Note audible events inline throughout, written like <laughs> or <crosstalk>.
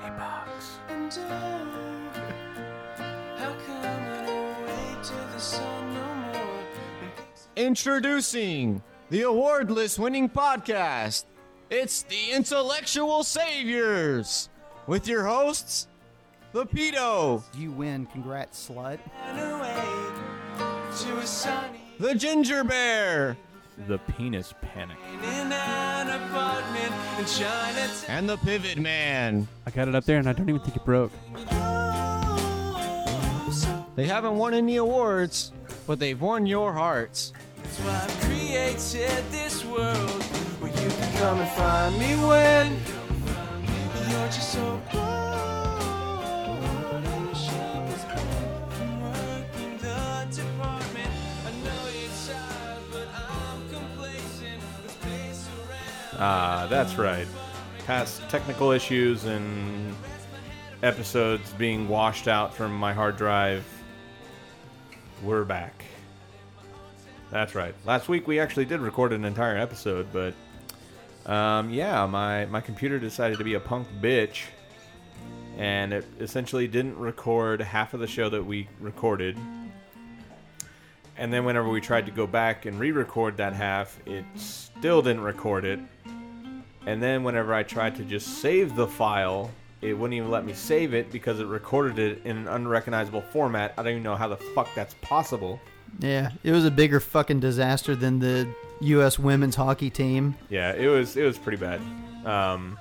dark? uh, How come I don't wait till the sun no more? Introducing the award list winning podcast. It's the Intellectual Saviors with your hosts, the Pedo, You win. Congrats, slut. Run away to a sunny the Ginger Bear, The penis panic. in an apartment in Chinatown. and the Pivot Man. I got it up there and I don't even think it broke. Oh, so They haven't won any awards, but they've won your hearts. that's why I've created this world where you can come and find me when you're just so bored and your shop is closed from work in the department. I know you're tired, but I'm complacent. Let's pace around. Ah, that's right. Past technical issues and episodes being washed out from my hard drive. We're back. That's right. Last week we actually did record an entire episode, but um, yeah, my, my computer decided to be a punk bitch and it essentially didn't record half of the show that we recorded. And then whenever we tried to go back and re record that half, it still didn't record it. And then whenever I tried to just save the file, it wouldn't even let me save it because it recorded it in an unrecognizable format. I don't even know how the fuck that's possible. Yeah, it was a bigger fucking disaster than the U.S. women's hockey team. <laughs> Yeah, it was it was pretty bad. Um,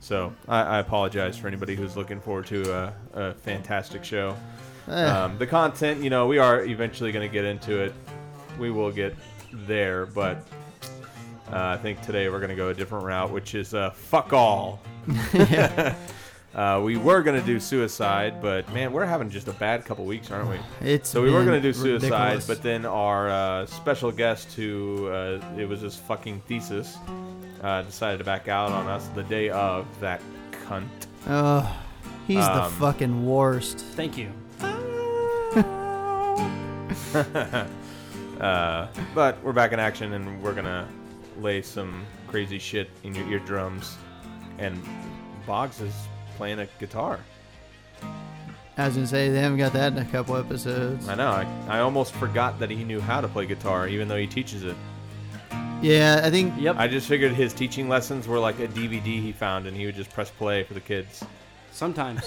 so I, I apologize for anybody who's looking forward to a, a fantastic show. Um, the content, you know, we are eventually going to get into it. We will get there, but uh, I think today we're going to go a different route, which is uh, fuck all. <laughs> uh, we were going to do suicide, but man, we're having just a bad couple weeks, aren't we? It's So we were been gonna do suicide, ridiculous. but then our uh, special guest, who uh, it was his fucking thesis, uh, decided to back out on us the day of that cunt. Ugh, he's um, the fucking worst. Thank you. Uh, but we're back in action, and we're gonna lay some crazy shit in your eardrums. And Boggs is playing a guitar. I was gonna say they haven't got that in a couple episodes. I know. I, I almost forgot that he knew how to play guitar, even though he teaches it. Yeah, I think. Yep. I just figured his teaching lessons were like a DVD he found, and he would just press play for the kids. <laughs> Sometimes.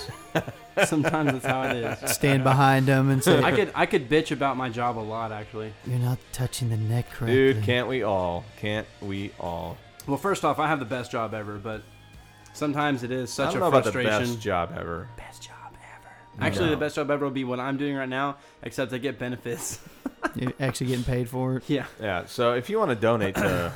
Sometimes that's how it <laughs> is. Stand behind him and <laughs> say, I could I could bitch about my job a lot actually. "You're not touching the neck correctly." Dude, can't we all? Can't we all? Well, first off, I have the best job ever, but sometimes it is such I don't a know about the frustration. best job ever. Best job ever. Actually, the best job ever will be what I'm doing right now, except I <laughs> get benefits. You're actually getting paid for it. yeah. Yeah. So if you want to donate <coughs> to,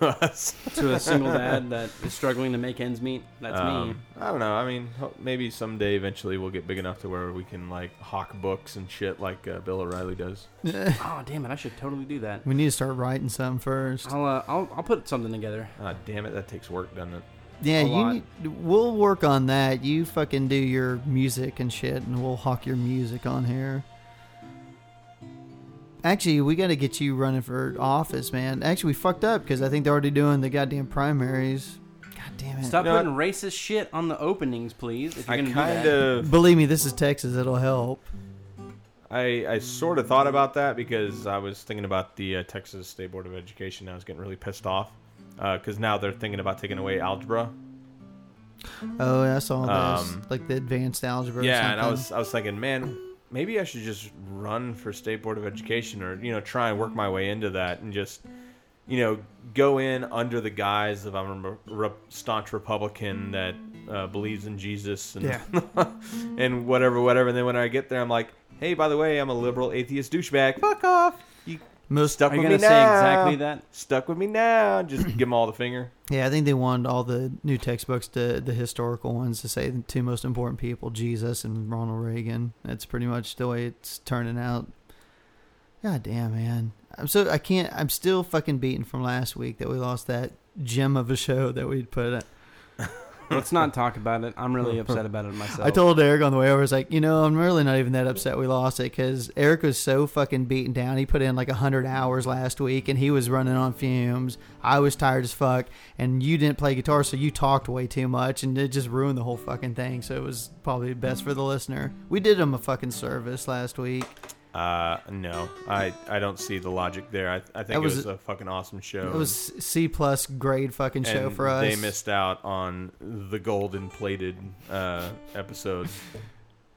to us, To a single dad that is struggling to make ends meet. That's me. um, I don't know. I mean, ho- maybe someday eventually we'll get big enough to where we can like hawk books and shit like uh, Bill O'Reilly does. Oh damn it! I should totally do that. We need to start writing some first. I'll uh, I'll, I'll put something together. Ah, damn it, that takes work, doesn't it? Yeah, a you. lot. Need, we'll work on that. You fucking do your music and shit, and we'll hawk your music on here. Actually, we got to get you running for office, man. Actually, we fucked up because I think they're already doing the goddamn primaries. God damn it! Stop You know putting racist shit on the openings, please. If you're I gonna kind do that. of, Believe me, this is Texas. It'll help. I, I sort of thought about that because I was thinking about the uh, Texas State Board of Education. I was getting really pissed off because now they're thinking about taking away algebra. Oh, yeah, I saw this, Um, like the advanced algebra. or Yeah, and I something. was I was thinking, man, maybe I should just run for state board of education, or you know, try and work my way into that, and just you know, go in under the guise of I'm a re- staunch Republican that uh, believes in Jesus and <laughs> and whatever, whatever. And then when I get there, I'm like, hey, by the way, I'm a liberal atheist douchebag. Fuck off. You most. stuck Are you with me gonna say now. exactly that? Stuck with me now. Just give them all the finger. Yeah, I think they wanted all the new textbooks, to, the historical ones, to say the two most important people, Jesus and Ronald Reagan. That's pretty much the way it's turning out. God damn, man. I'm so I can't. I'm still fucking beaten from last week that we lost that gem of a show that we'd put. <laughs> Let's not talk about it. I'm really upset about it myself. I told Eric on the way over, I was like, you know, I'm really not even that upset we lost it because Eric was so fucking beaten down. He put in like 100 hours last week and he was running on fumes. I was tired as fuck. And you didn't play guitar, so you talked way too much and it just ruined the whole fucking thing. So it was probably best for the listener. We did him a fucking service last week. Uh, no, I, I don't see the logic there. I, I think That it was- was a fucking awesome show. It was C plus grade fucking show Oh. and for us. They missed out on the golden plated uh, episode.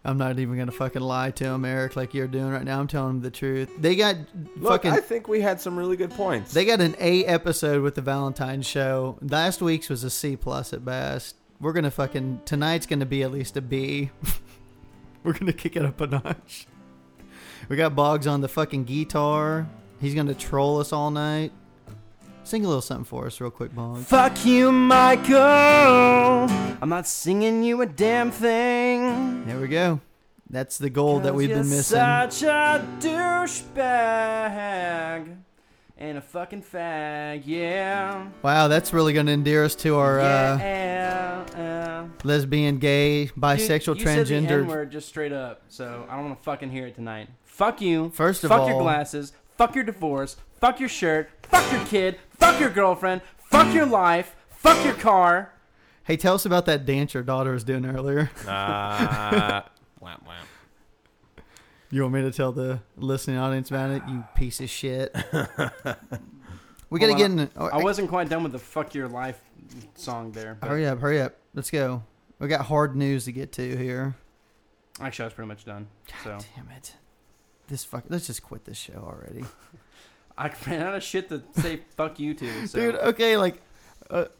I'm not even gonna fucking lie to him, Eric, like you're doing right now. I'm telling him the truth. They got Look, fucking I think we had some really good points. They got an A episode with the Valentine's show. Last week's was a C plus at best. We're gonna fucking tonight's gonna be at least a B. <laughs> We're gonna kick it up a notch. We got Boggs on the fucking guitar. He's gonna troll us all night. Sing a little something for us, real quick, Boggs. Fuck you, Michael. I'm not singing you a damn thing. There we go. That's the goal that 'Cause we've you're been missing. Such a douchebag and a fucking fag, yeah. Wow, that's really gonna endear us to our uh, yeah. uh. lesbian, gay, bisexual, Dude, you said the transgender. N-word just straight up, so I don't want to fucking hear it tonight. Fuck you. First of fuck all- your glasses. Fuck your divorce. Fuck your shirt. Fuck your kid. Fuck your girlfriend. Fuck your life. Fuck your car. Hey, tell us about that dance your daughter was doing earlier. <laughs> Uh, wham, wham. You want me to tell the listening audience about it? You piece of <laughs> shit. we gotta Hold get on, in. oh, I wasn't quite done with the "fuck your life" song there. but- Hurry up! Hurry up! Let's go. We got hard news to get to here. Actually, I was pretty much done. So Damn it! This fuck. Let's just quit this show already, I <laughs> ran out of shit to say "fuck you" to. So. dude. uh, Okay, like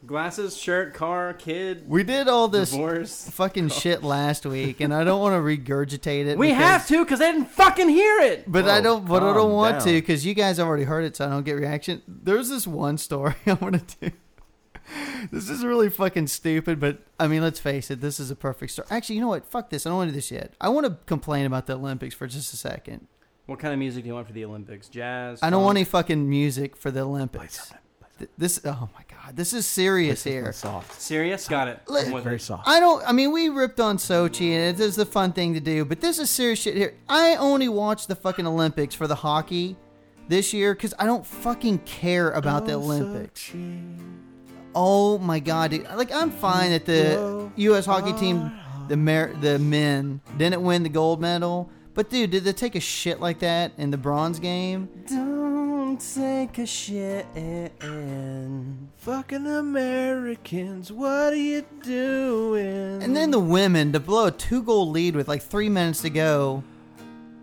glasses, shirt, car, kid, we did all this divorce. fucking shit last week, and I don't want to regurgitate it. We because- have to because they didn't fucking hear it. But I Whoa, don't, but I don't calm want to down. because you guys already heard it, so I don't get reaction. There's this one story <laughs> I want to do. This is really fucking stupid, but I mean, let's face it, this is a perfect story. Actually, you know what? Fuck this. I don't want to do this yet. I want to complain about the Olympics for just a second. What kind of music do you want for the Olympics? Jazz. I don't funk? want any fucking music for the Olympics. Th- This, oh my god, this is serious here. Soft. Serious? Got it. Let- I'm with it. soft. I don't. I mean, we ripped on Sochi, and it is the fun thing to do. But this is serious shit here. I only watch the fucking Olympics for the hockey this year because I don't fucking care about the Olympics. Oh my god, dude! Like I'm fine that the U.S. hockey team, the mer- the men, didn't win the gold medal. But dude, did they take a shit like that in the bronze game? Don't take a shit. And Fucking Americans, what are you doing? And then the women to blow a two goal lead with like three minutes to go.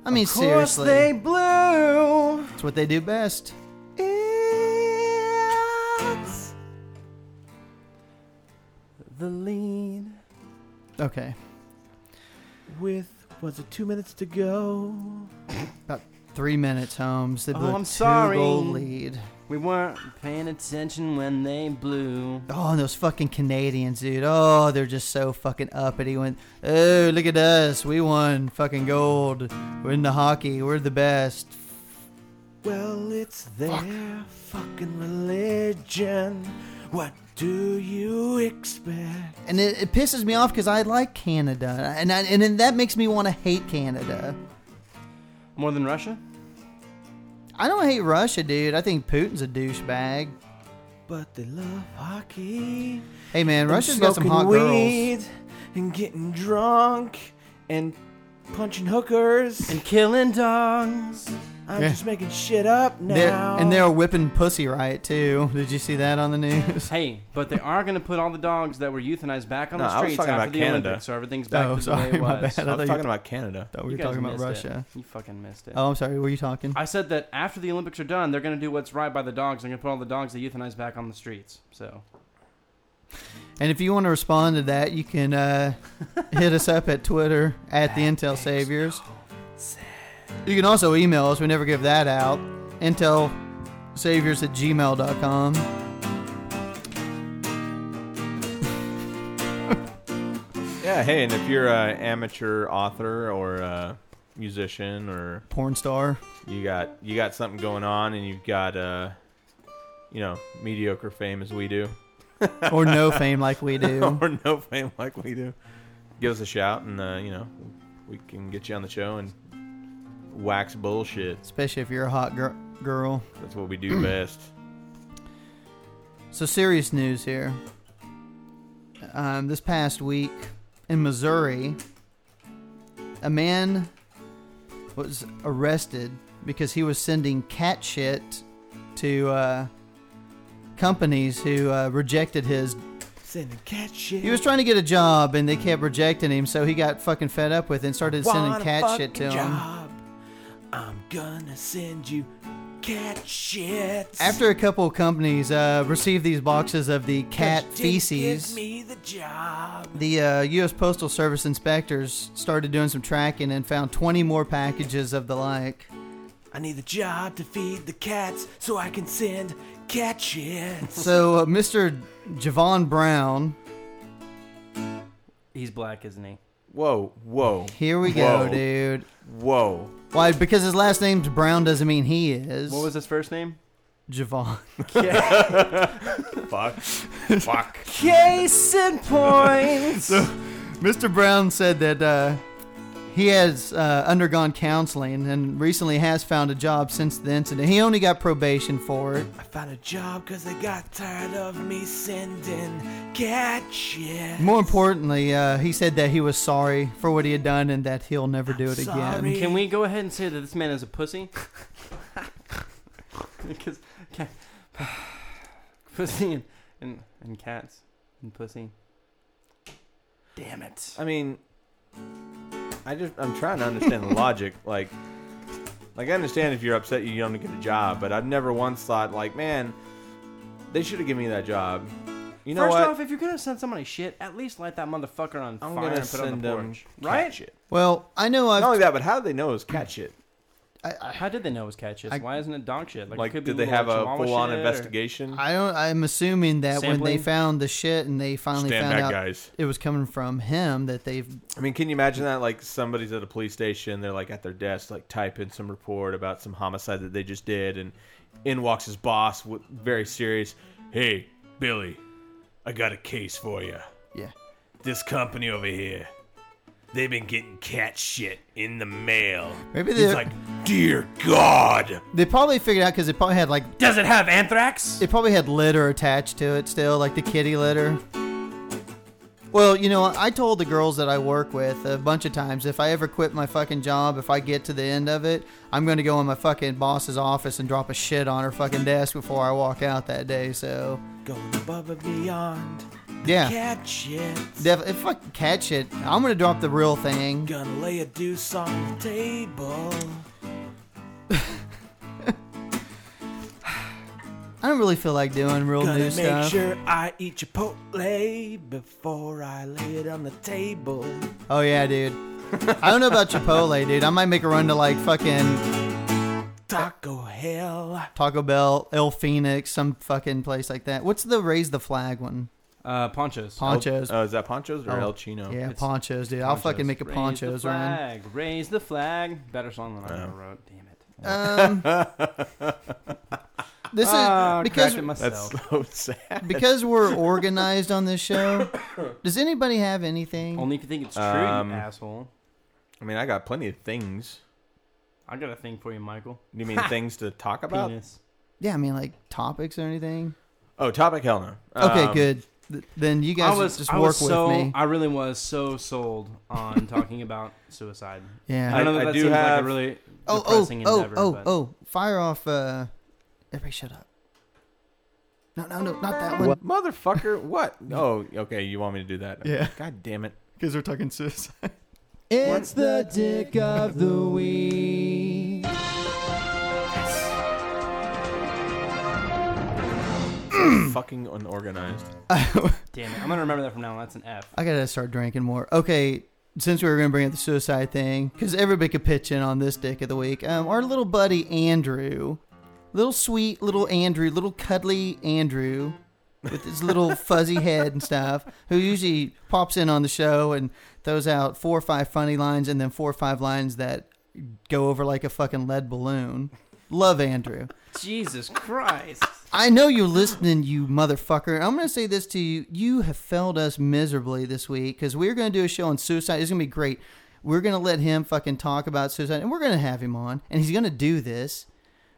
I mean, seriously, they blew. that's what they do best. It's the lead. Okay. with was it two minutes to go? About three minutes, Holmes. They Oh, blew a I'm sorry. two-goal lead. We weren't paying attention when they blew. Oh, and those fucking Canadians, dude. Oh, they're just so fucking uppity. When oh, look at us, we won fucking gold. We're in the hockey. We're the best. Well, it's their fucking religion. What do you expect? And it, it pisses me off because I like Canada, and I, and then that makes me want to hate Canada. More than Russia? I don't hate Russia, dude. I think Putin's a douchebag. But they love hockey. Hey man, and Russia's got some smoking hot girls. weed and getting drunk and punching hookers. And killing dogs. I'm Yeah. just making shit up now. They're, and they're whipping pussy right too. <laughs> Did you see that on the news? Hey, but they are going to put all the dogs that were euthanized back on No, I the was streets talking after about the Canada. Olympics, so everything's back Oh, to sorry, the way it my was. bad. I thought you- about Canada. <laughs> thought we You were guys talking about missed it. Russia. You fucking missed it. Oh, I'm sorry. Were you talking? I said that after the Olympics are done, they're going to do what's right by the dogs. They're going to put all the dogs they euthanize back on the streets. So And if you want to respond to that, you can <laughs> uh, hit us up at Twitter at the Intel Saviors. You can also email us. We never give that out. Intel Saviors at gmail.com. Yeah, hey, and if you're an amateur author or a musician or Porn star. you got you got something going on and you've got uh you know mediocre fame as we do or <laughs> no fame like we do. <laughs> or no fame like we do, give us a shout, and uh, you know we can get you on the show and wax bullshit. Especially if you're a hot gir- girl. That's what we do best. So, serious news here. Um, this past week in Missouri, a man was arrested because he was sending cat shit to uh, companies who uh, rejected his. Sending cat He shit. was trying to get a job and they kept rejecting him, so he got fucking fed up with it and started sending cat shit to him. I'm gonna send you cat shit. After a couple of companies uh, received these boxes of the cat feces, me the job. the uh, U.S. Postal Service inspectors started doing some tracking and found 20 more packages of the like. I need the job to feed the cats so I can send cat shit. So, uh, Mr. Javon Brown, He's black, isn't he? Whoa, whoa, here we go, Whoa. dude. whoa. Why? Because his last name's Brown doesn't mean he is. What was his first name? Javon? <laughs> Fuck. Fuck. Case in point. Mr. Brown said that uh, he has uh, undergone counseling and recently has found a job since the incident. He only got probation for it. I found a job because they got tired of me sending cat shit. More importantly, uh, he said that he was sorry for what he had done and that he'll never do it sorry. again. <laughs> Can we go ahead and say that this man is a pussy? <laughs> Because cat, <sighs> pussy and, and and cats and pussy. Damn it! I mean, I just I'm trying to understand the logic. Like, like I understand if you're upset you don't get a job, but I've never once thought like, man, they should have given me that job. You know First what? off, if you're gonna send somebody shit, at least light that motherfucker on I'm fire gonna and put it on send the them porch, cat right? shit. Well, I know I've Not only that, but how do they know it's cat shit? How did they know it was cat shit? I- Why isn't it dog shit? it Like, could be did they little have a chihuahua full-on shit or- investigation? I don't. I'm assuming that when they Sampling? found the shit and they finally Stand found back, out guys. it was coming from him, that they've I mean, can you imagine that? Like, somebody's at a police station, they're like at their desk, like type in some report about some homicide that they just did, and in walks his boss, with, very serious. Hey, Billy, I got a case for you. yeah. This company over here, they've been getting cat shit in the mail. Maybe He's they like, dear God. they probably figured out because it probably had like Does it have anthrax? it probably had litter attached to it still, like the kitty litter. Well, you know, I told the girls that I work with a bunch of times if I ever quit my fucking job, if I get to the end of it, I'm going to go in my fucking boss's office and drop a shit on her fucking desk before I walk out that day. So, Going above and beyond. yeah. Cat shit. Def- if I can catch it, I'm gonna drop the real thing. Gonna lay a deuce on the table. I don't really feel like doing real Gonna new make stuff. sure I eat Chipotle before I lay it on the table. Oh yeah, dude. I don't know about Chipotle, dude. I might make a run to like fucking Taco Hell. Taco Bell, El Phoenix, some fucking place like that. What's the raise the flag one? Uh, ponchos. Ponchos. is that Ponchos or Oh, El Chino? <laughs> yeah, It's ponchos, dude. I'll fucking make a Raise ponchos the run. flag. Raise the flag. Better song than Oh. I ever wrote. Damn it. <laughs> Um, this is Ah, because corrected myself. <laughs> so sad. because <laughs> we're organized on this <coughs> show. Does anybody have anything? Only if you think it's true, Um, you asshole. I mean, I got plenty of things. I got a thing for you, Michael. <laughs> You mean things to talk about? Penis. yeah, I mean like topics or anything. Oh, topic hell no. Okay, Um, good. Th- Then you guys I was just I work was with so me. I really was so sold on talking about suicide. I yeah. don't <laughs> know I- that, I that do seems like have- a really Oh, oh, depressing oh, endeavor. oh, but oh! Fire off! uh Everybody, shut up. No, no, no, not that one. Motherfucker, what? <laughs> Oh, okay, you want me to do that? Yeah. God <clears throat> damn it. Because we're talking suicide. It's the dick of the week. Fucking unorganized. Damn it! I'm gonna remember that from now on. That's an F. I gotta start drinking more. Okay, since we were gonna bring up the suicide thing, because everybody could pitch in on this dick of the week. Um, our little buddy Andrew, little sweet little Andrew, little cuddly Andrew, with his little fuzzy head and stuff, who usually pops in on the show and throws out four or five funny lines and then four or five lines that go over like a fucking lead balloon. Love Andrew. Jesus Christ! I know you're listening, you motherfucker. I'm going to say this to you. You have failed us miserably this week because we're going to do a show on suicide. It's going to be great. We're going to let him fucking talk about suicide and we're going to have him on and he's going to do this.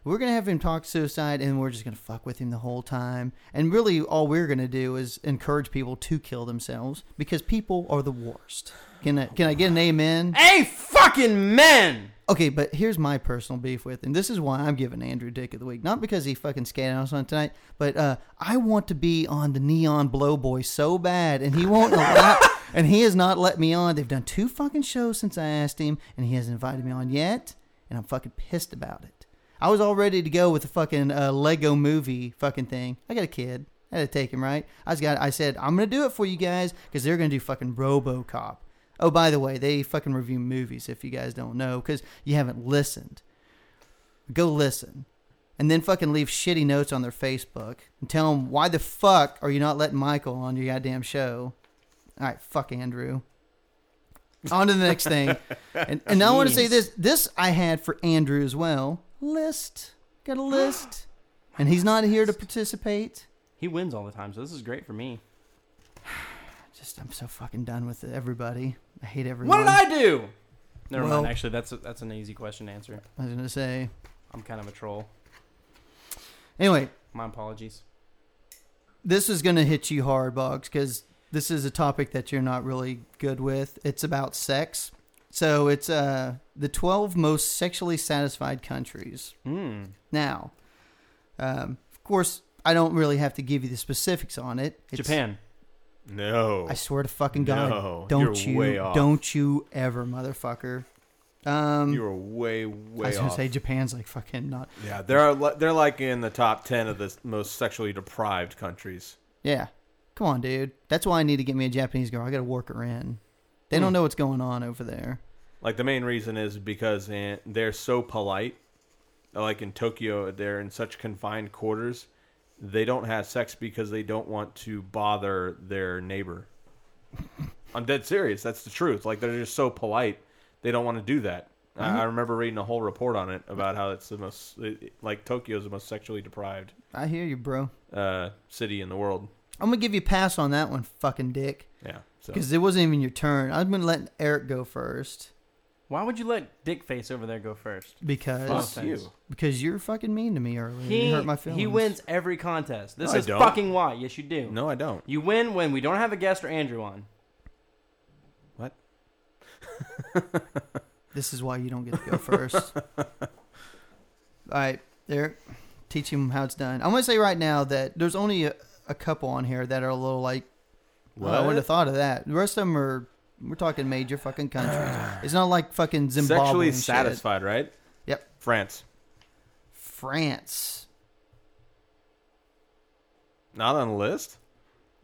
We're going to have him talk suicide and we're just going to fuck with him the whole time. And really, all we're going to do is encourage people to kill themselves because people are the worst. Can I, can I get an amen? Hey, fucking men! Okay, but here's my personal beef with him. This is why I'm giving Andrew Dick of the Week. Not because he fucking skated on us on tonight, but uh, I want to be on the Neon Blow Boy so bad, and he won't allow. and he has not let me on. They've done two fucking shows since I asked him, and he hasn't invited me on yet, and I'm fucking pissed about it. I was all ready to go with the fucking uh, Lego movie fucking thing. I got a kid. I had to take him, right? I just got. I said, I'm going to do it for you guys because they're going to do fucking Robocop. Oh, by the way, they fucking review movies if you guys don't know because you haven't listened. Go listen. And then fucking leave shitty notes on their Facebook and tell them why the fuck are you not letting Michael on your goddamn show? All right, fuck Andrew. On to the next <laughs> thing. And, and I want to say this this I had for Andrew as well. List. Got <gasps> a list. And he's not here to participate. He wins all the time, so this is great for me. Just, I'm so fucking done with everybody. I hate everyone. What did I do? Never Well- mind. Actually, that's that's an easy question to answer. I was going to say. I'm kind of a troll. Anyway, My apologies. this is going to hit you hard, Boggs, because this is a topic that you're not really good with. It's about sex. So it's uh, the 12 most sexually satisfied countries. Hmm. Now, um, of course, I don't really have to give you the specifics on it. It's- Japan. No. I swear to fucking God, No, don't you're you way off. don't you ever, motherfucker. Um, you were way, way I was gonna off. say Japan's like fucking not. yeah, they're li- they're like in the top ten of the s- most sexually deprived countries. Yeah, come on, dude. That's why I need to get me a Japanese girl. I got to work her in. They Hmm. don't know what's going on over there. Like the main reason is because eh, they're so polite. Like in Tokyo, they're in such confined quarters. They don't have sex because they don't want to bother their <laughs> neighbor. I'm dead serious. That's the truth. Like they're just so polite, they don't want to do that. I, I remember reading a whole report on it about how it's the most it- it- like Tokyo's the most sexually deprived I hear you, bro. uh, city in the world. I'm gonna give you a pass on that one, fucking dick, Yeah. So because it wasn't even your turn. I'm gonna let Eric go first Why would you let Dickface over there go first? Fuck because Fuck you. thanks. because you're fucking mean to me earlier. He you hurt my feelings. he wins every contest. This No, I is don't. fucking why. Yes, you do. No, I don't. You win when we don't have a guest or Andrew on. What? This is why you don't get to go <laughs> first. All right, Eric, teach him how it's done. I'm gonna say right now that there's only a, a couple on here that are a little like. Well, I What? would have thought of that. The rest of them are. We're talking major fucking <sighs> countries. It's not like fucking Zimbabwe. Sexually and shit. satisfied, right? Yep. France. France. Not on the list?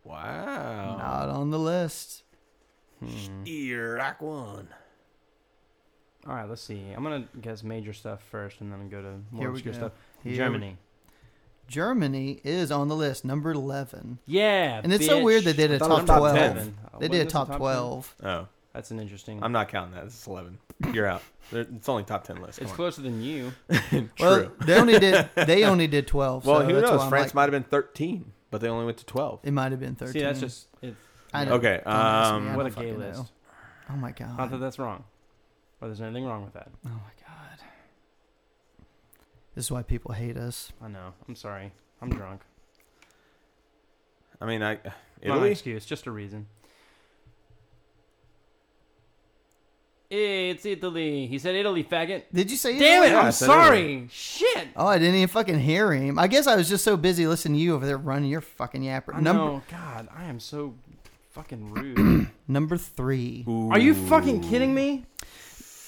Wow. Not on the list. Iraq one. All right, let's see. I'm gonna guess major stuff first, and then go to more Here we obscure go. stuff. Here we- Germany. Germany is on the list, number 11. Yeah. And it's so weird bitch. they did a I thought top it was 12. 10. Uh, They wasn't did a this top 12. Oh, That's an interesting. I'm not counting that. It's 11. You're out. There- It's only top 10 list. it's Come on. closer than you. <laughs> Well, they only <laughs> did they only did 12. Well, so who that's why knows? I'm France like, might have been 13, but they only went to 12. It might have been 13. See, that's just it's, I don't- Okay. don't ask me, Um, I what a don't gay fucking list. know. Oh my Not that god. that's wrong, but there's nothing wrong with that. Oh my god. This is why people hate us. I know. I'm sorry. I'm drunk. I mean, I Not an Italy? excuse, just a reason. It's Italy. He said Italy, faggot. Did you say Damn it! Yeah, I I'm said sorry. Shit. Oh, I didn't even fucking hear him. I guess I was just so busy listening to you over there running your fucking yapper. I Number know. God, I am so fucking rude. number 3. Are you fucking kidding me?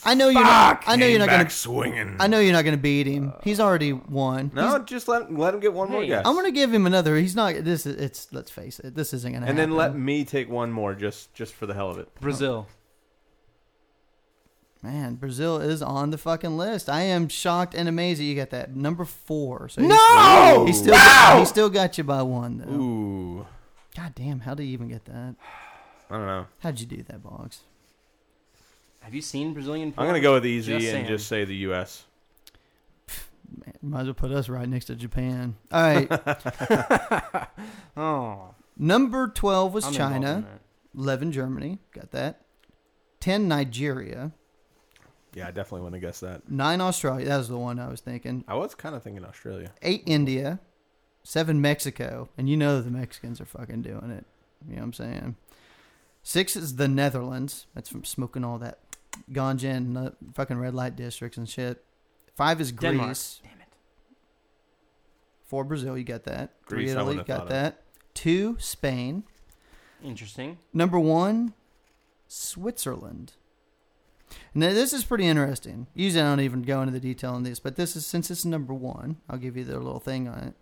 I know you're not I know Came you're not going back swinging. I know you're not going to beat him. He's already won. No, He's- just let, let him get one more Hey. guess. I'm going to give him another. He's not. This is. It's. Let's face it. This isn't going to. and then let happen. me take one more just just for the hell of it. Brazil. Man, Brazil is on the fucking list. I am shocked and amazed that you got that number four. So No! He still. He still got you by one though. Ooh. God damn! How did you even get that? I don't know. How'd you do that, Boggs? Have you seen Brazilian? I'm going porn? to go with easy Just and saying. just say the U.S. Might as well put us right next to Japan. All right. <laughs> Oh, Number 12 was I'm involved in China, that. 11 Germany, got that. 10 Nigeria, Yeah, I definitely want to guess that. 9 Australia, that was the one I was thinking. I was kind of thinking Australia. 8 India, 7 Mexico, and you know the Mexicans are fucking doing it. You know what I'm saying? 6 is the Netherlands. That's from smoking all that ganja and the fucking red light districts and shit. 5 is Greece. Denmark. Damn it. 4 Brazil, you got that. 3 Greece, I Italy, wouldn't you have thought got of that. 2 Spain. Interesting. Number one, Switzerland. Now, this is pretty interesting. Usually, I don't even go into the detail on this, but this is since it's number one, I'll give you the little thing on it.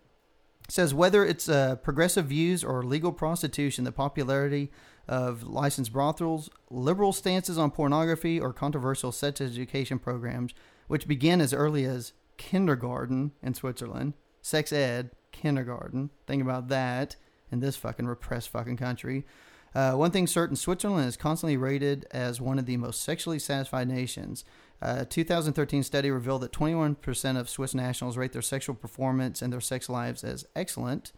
It says whether it's uh, progressive views or legal prostitution, the popularity of licensed brothels, liberal stances on pornography, or controversial sex education programs, which began as early as kindergarten in Switzerland, sex ed, kindergarten. Think about that in this fucking repressed fucking country. Uh, one thing certain, Switzerland is constantly rated as one of the most sexually satisfied nations. Uh, A 2013 study revealed that 21% of Swiss nationals rate their sexual performance and their sex lives as excellent.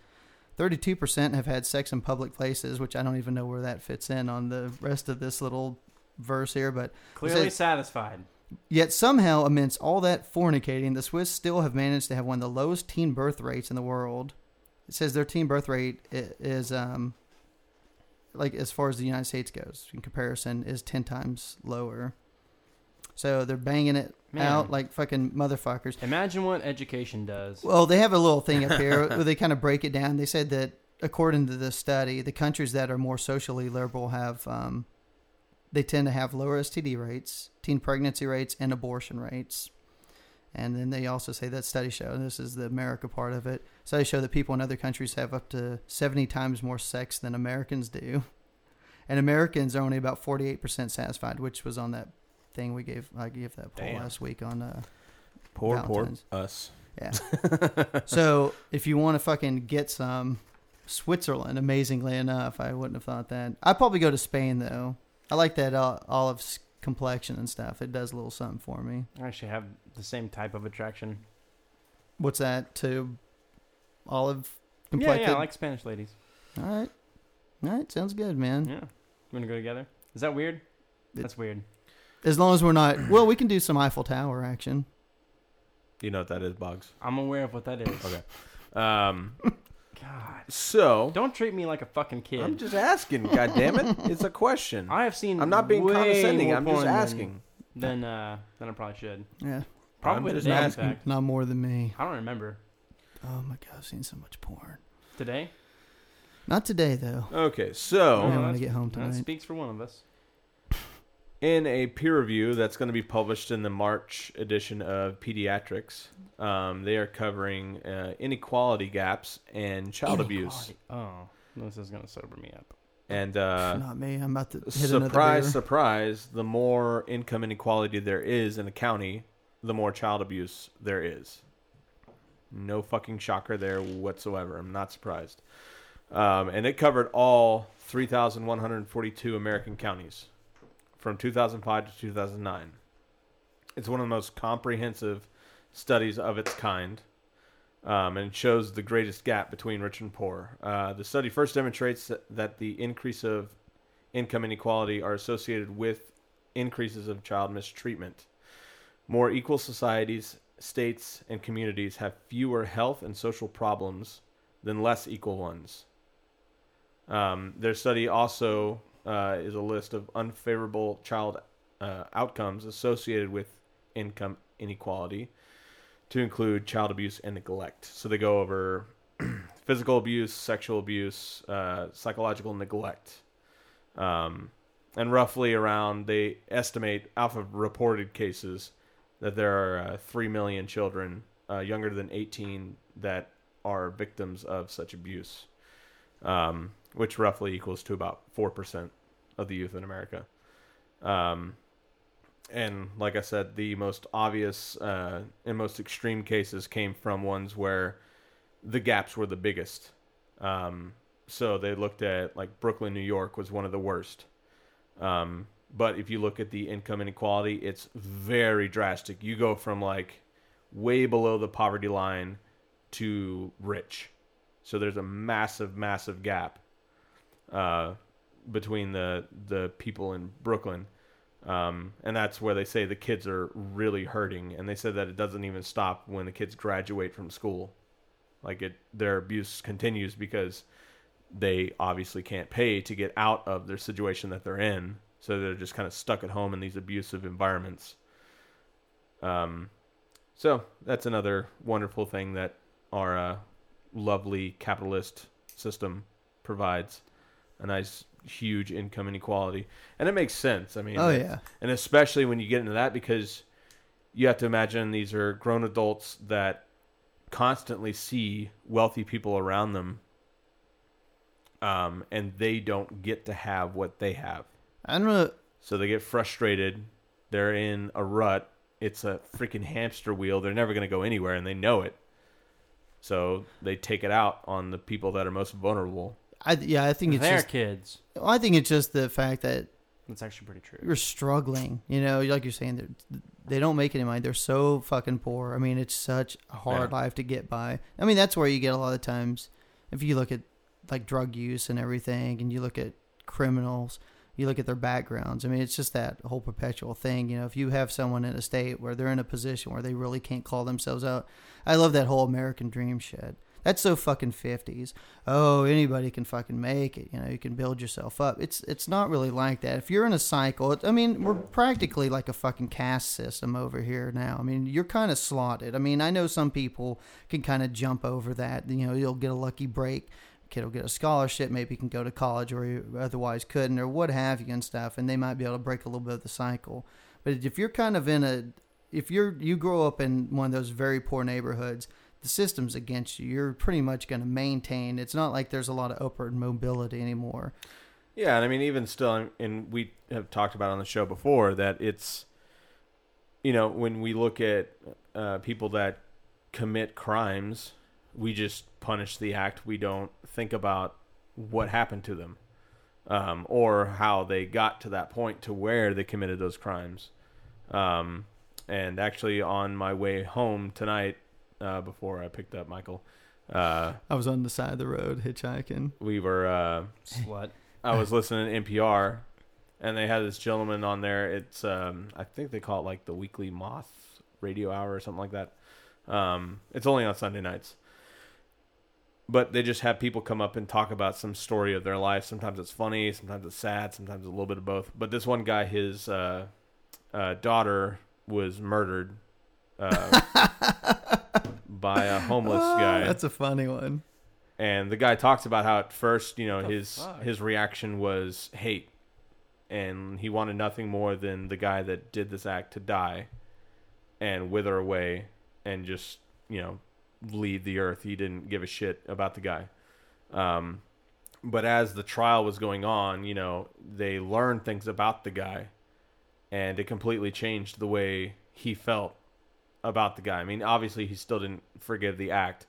32% have had sex in public places, which I don't even know where that fits in on the rest of this little verse here, but Clearly Is it- satisfied. Yet somehow, amidst all that fornicating, the Swiss still have managed to have one of the lowest teen birth rates in the world. It says their teen birth rate i- is, um, like as far as the United States goes, in comparison, is ten times lower. So they're banging it Man. out like fucking motherfuckers. Imagine what education does. Well, they have a little thing up here where they kind of break it down. They said that according to this study, the countries that are more socially liberal have um, they tend to have lower STD rates, teen pregnancy rates, and abortion rates. And then they also say that studies show, and this is the America part of it, studies show that people in other countries have up to 70 times more sex than Americans do. And Americans are only about 48% satisfied, which was on that thing we gave, I gave that poll Damn. last week on uh, Poor, Valentine's. poor us. yeah. so if you want to fucking get some Switzerland, amazingly enough, I wouldn't have thought that. I'd probably go to Spain though. I like that uh, olive s- complexion and stuff. It does a little something for me. I actually have the same type of attraction. What's that to olive Yeah, complexion? yeah, I like Spanish ladies. All right. All right, sounds good, man. Yeah. You want to go together? Is that weird? That's weird. As long as we're not, well, we can do some Eiffel Tower action. You know what that is, Boggs. I'm aware of what that is. Okay. <laughs> Um, God. so Don't treat me like a fucking kid. I'm just asking. God damn it! <laughs> It's a question. I have seen. I'm not being way condescending. more I'm just porn than- asking. Than, uh, than I probably should. Yeah, Probably just today, in asking. fact. not more than me. I don't remember. Oh my god, I've seen so much porn. Today? Not today though. Okay, I so want that's- to get home That tonight. speaks for one of us. in a peer review that's going to be published in the March edition of Pediatrics, um, they are covering uh, inequality gaps and child abuse. Oh, this is going to sober me up. And uh, not me. I'm about to hit another surprise, beer. surprise, the more income inequality there is in a county, the more child abuse there is. No fucking shocker there whatsoever. I'm not surprised. Um, and it covered all 3,142 American counties from 2005 to 2009. It's one of the most comprehensive studies of its kind um, and shows the greatest gap between rich and poor. Uh, the study first demonstrates that- that the increase of income inequality are associated with increases of child mistreatment. More equal societies, states, and communities have fewer health and social problems than less equal ones. Um, their study also uh, is a list of unfavorable child uh, outcomes associated with income inequality to include child abuse and neglect. So they go over <clears throat> physical abuse, sexual abuse, uh, psychological neglect. Um, and roughly around, they estimate, off of reported cases, that there are uh, 3 million children uh, younger than 18 that are victims of such abuse, um, which roughly equals to about 4% of the youth in America. Um, and like I said, the most obvious uh, and most extreme cases came from ones where the gaps were the biggest. Um, so they looked at like Brooklyn, New York was one of the worst. Um, but if you look at the income inequality, it's very drastic. You go from like way below the poverty line to rich. So there's a massive, massive gap uh, between the the people in Brooklyn, um, and that's where they say the kids are really hurting. And they said that it doesn't even stop when the kids graduate from school, like it their abuse continues because they obviously can't pay to get out of their situation that they're in, so they're just kind of stuck at home in these abusive environments. Um, so that's another wonderful thing that our uh, lovely capitalist system provides a nice huge income inequality and it makes sense i mean Oh, yeah. and especially when you get into that because you have to imagine these are grown adults that constantly see wealthy people around them um, and they don't get to have what they have I don't know. so they get frustrated. They're in a rut. It's a freaking hamster wheel. They're never going to go anywhere, and they know it. So they take it out on the people that are most vulnerable. I, yeah, I think it's They're just. kids. I think it's just the fact that That's actually pretty true. you're struggling. You know, like you're saying, they're- they don't make any money. They're so fucking poor. I mean, it's such a hard Yeah. life to get by. I mean, that's where you get a lot of times. If you look at like drug use and everything, and you look at criminals, you look at their backgrounds. I mean, it's just that whole perpetual thing. You know, if you have someone in a state where they're in a position where they really can't call themselves out, I love that whole American dream shit. That's so fucking fifties. Oh, anybody can fucking make it. You know, you can build yourself up. It's it's not really like that. If you're in a cycle, it, I mean, we're practically like a fucking caste system over here now. I mean, you're kind of slotted. I mean, I know some people can kind of jump over that. You know, you'll get a lucky break. Kid will get a scholarship, maybe can go to college or you otherwise couldn't, or what have you and stuff, and they might be able to break a little bit of the cycle. But if you're kind of in a, if you're you grow up in one of those very poor neighborhoods, the system's against you. You're pretty much going to maintain. It's not like there's a lot of upward mobility anymore. Yeah, and I mean, even still, and we have talked about on the show before that it's, you know, when we look at uh, people that commit crimes, we just punish the act. We don't think about what happened to them um, or how they got to that point to where they committed those crimes. Um, and actually, on my way home tonight, uh, before I picked up Michael, uh, I was on the side of the road hitchhiking. we were. Uh, Slut. I was listening to NPR, and they had this gentleman on there. It's um, I think they call it like the Weekly Moth Radio Hour or something like that. Um, it's only on Sunday nights, but they just have people come up and talk about some story of their life. Sometimes it's funny, sometimes it's sad, sometimes a little bit of both. But this one guy, his uh, uh, daughter was murdered uh, by a homeless guy That's a funny one. and the guy talks about how at first you know his fuck? his reaction was hate and he wanted nothing more than the guy that did this act to die and wither away and just you know leave the earth he didn't give a shit about the guy um, but as the trial was going on you know they learned things about the guy and it completely changed the way he felt about the guy i mean obviously he still didn't forgive the act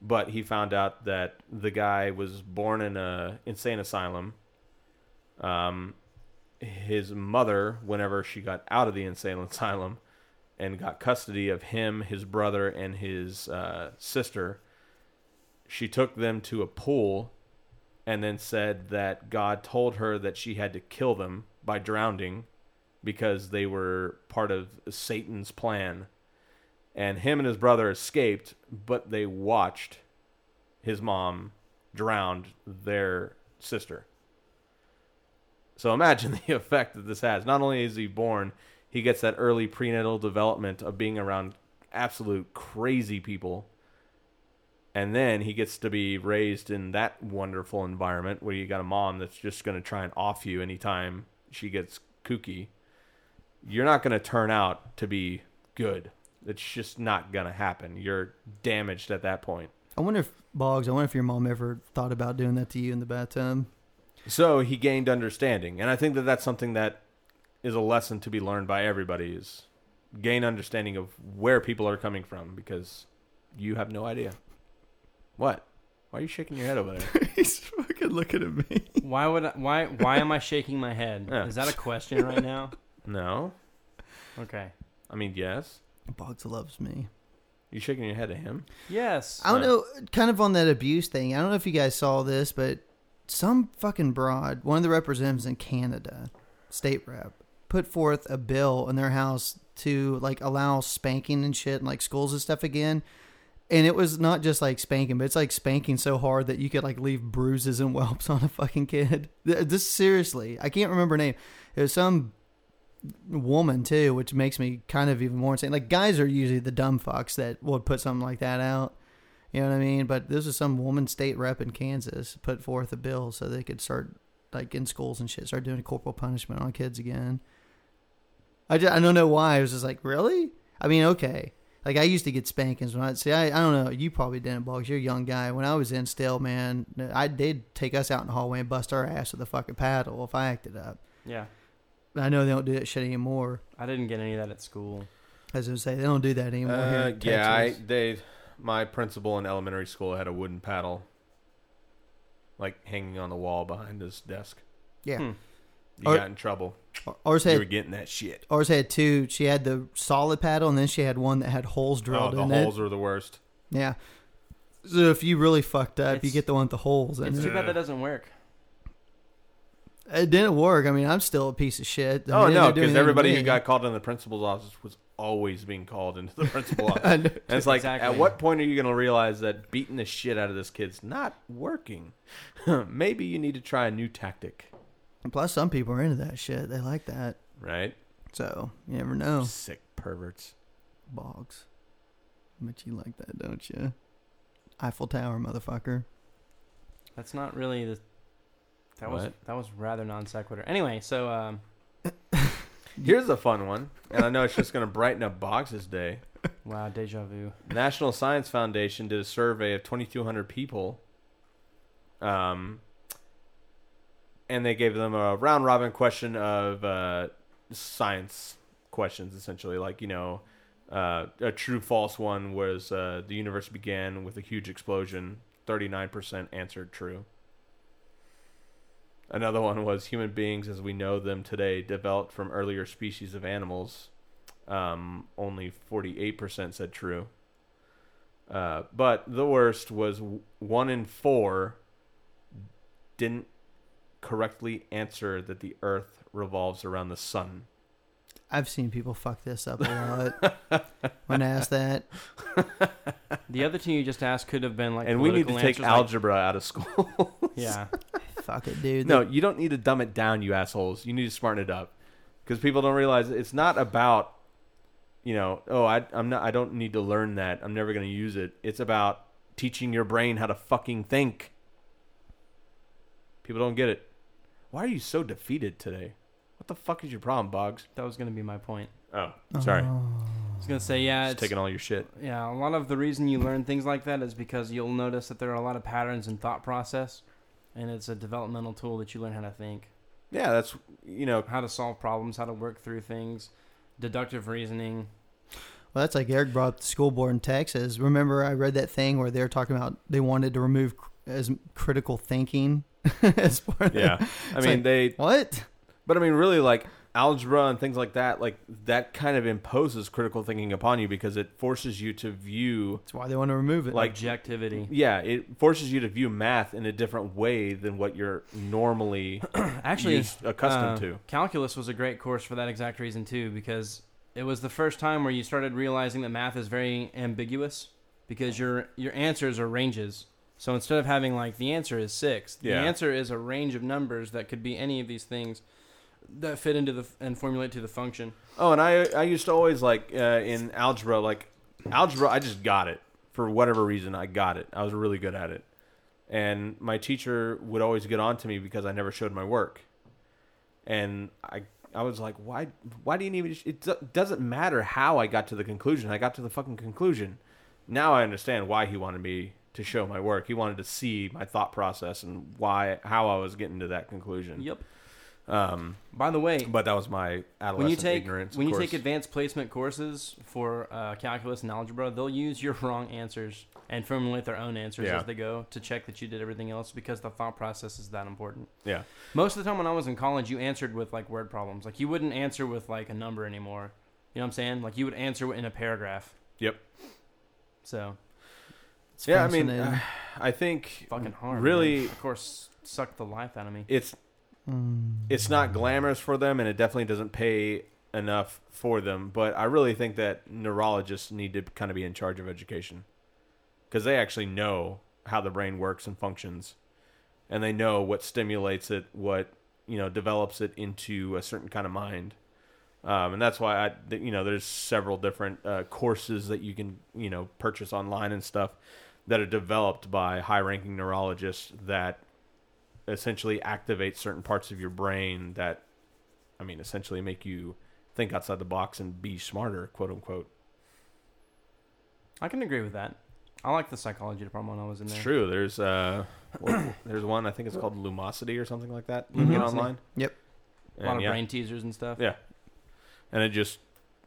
but he found out that the guy was born in a insane asylum. Um, his mother, whenever she got out of the insane <laughs> asylum, and got custody of him, his brother, and his uh, sister, she took them to a pool, and then said that God told her that she had to kill them by drowning, because they were part of Satan's plan and him and his brother escaped, but they watched his mom drowned their sister. So imagine <laughs> the effect that this has. Not only is he born, he gets that early prenatal development of being around absolute crazy people. And then he gets to be raised in that wonderful environment where you got a mom that's just going to try and off you anytime she gets kooky. You're not going to turn out to be good. It's just not going to happen. You're damaged at that point. I wonder if Boggs. I wonder if your mom ever thought about doing that to you in the bathtub. So he gained understanding, and I think that that's something that is a lesson to be learned by everybody: is gain understanding of where people are coming from because you have no idea. What? Why are you shaking your head over there? <laughs> He's fucking looking at me. Why would I, why why am I shaking my head? <laughs> Yeah. Is that a question right now? no, Okay. I mean yes. Boggs loves me. You shaking your head at him? Yes. I don't Right. know, kind of on that abuse thing. I don't know if you guys saw this, but some fucking broad, one of the representatives in Canada, state rep, put forth a bill in their house to like allow spanking and shit and like schools and stuff again. And it was not just like spanking, but it's like spanking so hard that you could like leave bruises and whelps <laughs> on a fucking kid. Th- This seriously, I can't remember her name. It was some woman too, which makes me kind of even more insane. Like guys are usually the dumb fucks that would put something like that out. You know what I mean? But this is some woman state rep in Kansas put forth a bill so they could start like in schools and shit, start doing corporal punishment on kids again. I, just, I don't know why. I was just like, really? I mean, okay. Like I used to get spankings when I see. I, I don't know. You probably didn't, Boggs. You're a young guy. When I was in still, man, I did take us out in the hallway and bust our ass with a fucking paddle if I acted up. Yeah. But I know they don't do that shit anymore. I didn't get any of that at school. As I was saying, they don't do that anymore. here Uh, in yeah, I, Texas. they. My principal in elementary school had a wooden paddle, like hanging on the wall behind his desk. yeah. Hmm. You Are- got in trouble. Ours You had were getting that shit. Ours had two. She had the solid paddle, and then she had one that had holes Oh, drilled the in holes it. were the worst. Yeah. So if you really fucked up, you It's- get the one with the holes in It's it. too bad that doesn't work. It didn't work. I mean, I'm still a piece of shit. I oh mean, they didn't do no, because anything to everybody me. who got called in the principal's office was always being called into <laughs> the principal office. I know. And it's like, Exactly. at what point are you going to realize that beating the shit out of this kid's not working? <laughs> Maybe you need to try a new tactic, Plus, some people are into that shit. They like that. right? So you never know. Sick perverts. Boggs. But you like that, don't you? Eiffel Tower, motherfucker. That's not really the. That was What? that was rather non sequitur. Anyway, so um, Here's a fun one, and I know it's just going to brighten up Boggs' day. wow, deja vu. National Science Foundation did a survey of 2,200 people, um, and they gave them a round robin question of uh, science questions, essentially. Like you know, uh, a true false one was uh, the universe began with a huge explosion. 39% answered true. Another one was human beings as we know them today developed from earlier species of animals. Um, only 48% said true. Uh, but the worst was w- one in four didn't correctly answer that the Earth revolves around the sun. I've seen people fuck this up a lot <laughs> when asked that. The other two you just asked could have been like, and we need to political take answers, like- algebra out of school. <laughs> yeah, Fuck it, dude. no, you don't need to dumb it down, you assholes. You need to smarten it up because people don't realize it's not about you know oh I, I'm not I don't need to learn that I'm never going to use it. It's about teaching your brain how to fucking think. People don't get it. Why are you so defeated today? What the fuck is your problem, Boggs? that was gonna be my point. Oh, sorry, I was gonna say yeah, it's it's, taking all your shit. yeah. A lot of the reason you learn things like that is because you'll notice that there are a lot of patterns in thought process, and it's a developmental tool that you learn how to think, Yeah, that's you know how to solve problems, how to work through things, deductive reasoning. Well, that's like Eric brought up the school board in Texas. Remember, I read that thing where they were talking about they wanted to remove cr- as critical thinking <laughs> as part of <laughs> yeah. I It's mean like- they What? But I mean, really, like algebra and things like that, like that kind of imposes critical thinking upon you because it forces you to view, That's why they want to remove it. Like- Objectivity. yeah, it forces you to view math in a different way than what you're normally Actually, used, accustomed uh, to. Calculus was a great course for that exact reason too, because it was the first time where you started realizing that math is very ambiguous because your your answers are ranges. So instead of having like the answer is six, the Yeah. answer is a range of numbers that could be any of these things that fit into the f- and formulate to the function. Oh, and I I used to always like uh, in algebra, like algebra, I just got it for whatever reason. I got it. I was really good at it, and my teacher would always get on to me because I never showed my work, and I I was like, why why do you need me? to sh- It do- doesn't matter how I got to the conclusion. I got to the fucking conclusion. Now I understand why he wanted me to show my work. He wanted to see my thought process and why how I was getting to that conclusion. Yep. Um, By the way, but that was my adolescent when you take ignorance. of when you course. take advanced placement courses for uh, calculus and algebra, they'll use your <laughs> wrong answers and formulate their own answers Yeah. as they go to check that you did everything else because the thought process is that important. yeah. Most of the time when I was in college, you answered with like word problems. Like you wouldn't answer with like a number anymore. You know what I'm saying? Like you would answer in a paragraph. Yep. So It's yeah, I mean, uh, fascinating. <sighs> I think fucking hard. Really- man. of course, sucked the life out of me. it's Mm. it's not glamorous for them, and it definitely doesn't pay enough for them. But I really think that neurologists need to kind of be in charge of education because they actually know how the brain works and functions, and they know what stimulates it, what you know develops it into a certain kind of mind. Um, and that's why I, th- you know, there's several different uh, courses that you can, you know, purchase online and stuff that are developed by high-ranking neurologists that essentially activate certain parts of your brain that I mean essentially make you think outside the box and be smarter, quote unquote. I can agree with that. I like the psychology department when I was in It's there. true. There's uh <coughs> what- there's one I think it's called Lumosity or something like that. You Mhm. can get online. Yep. A lot And of yeah, brain teasers and stuff. Yeah. and it just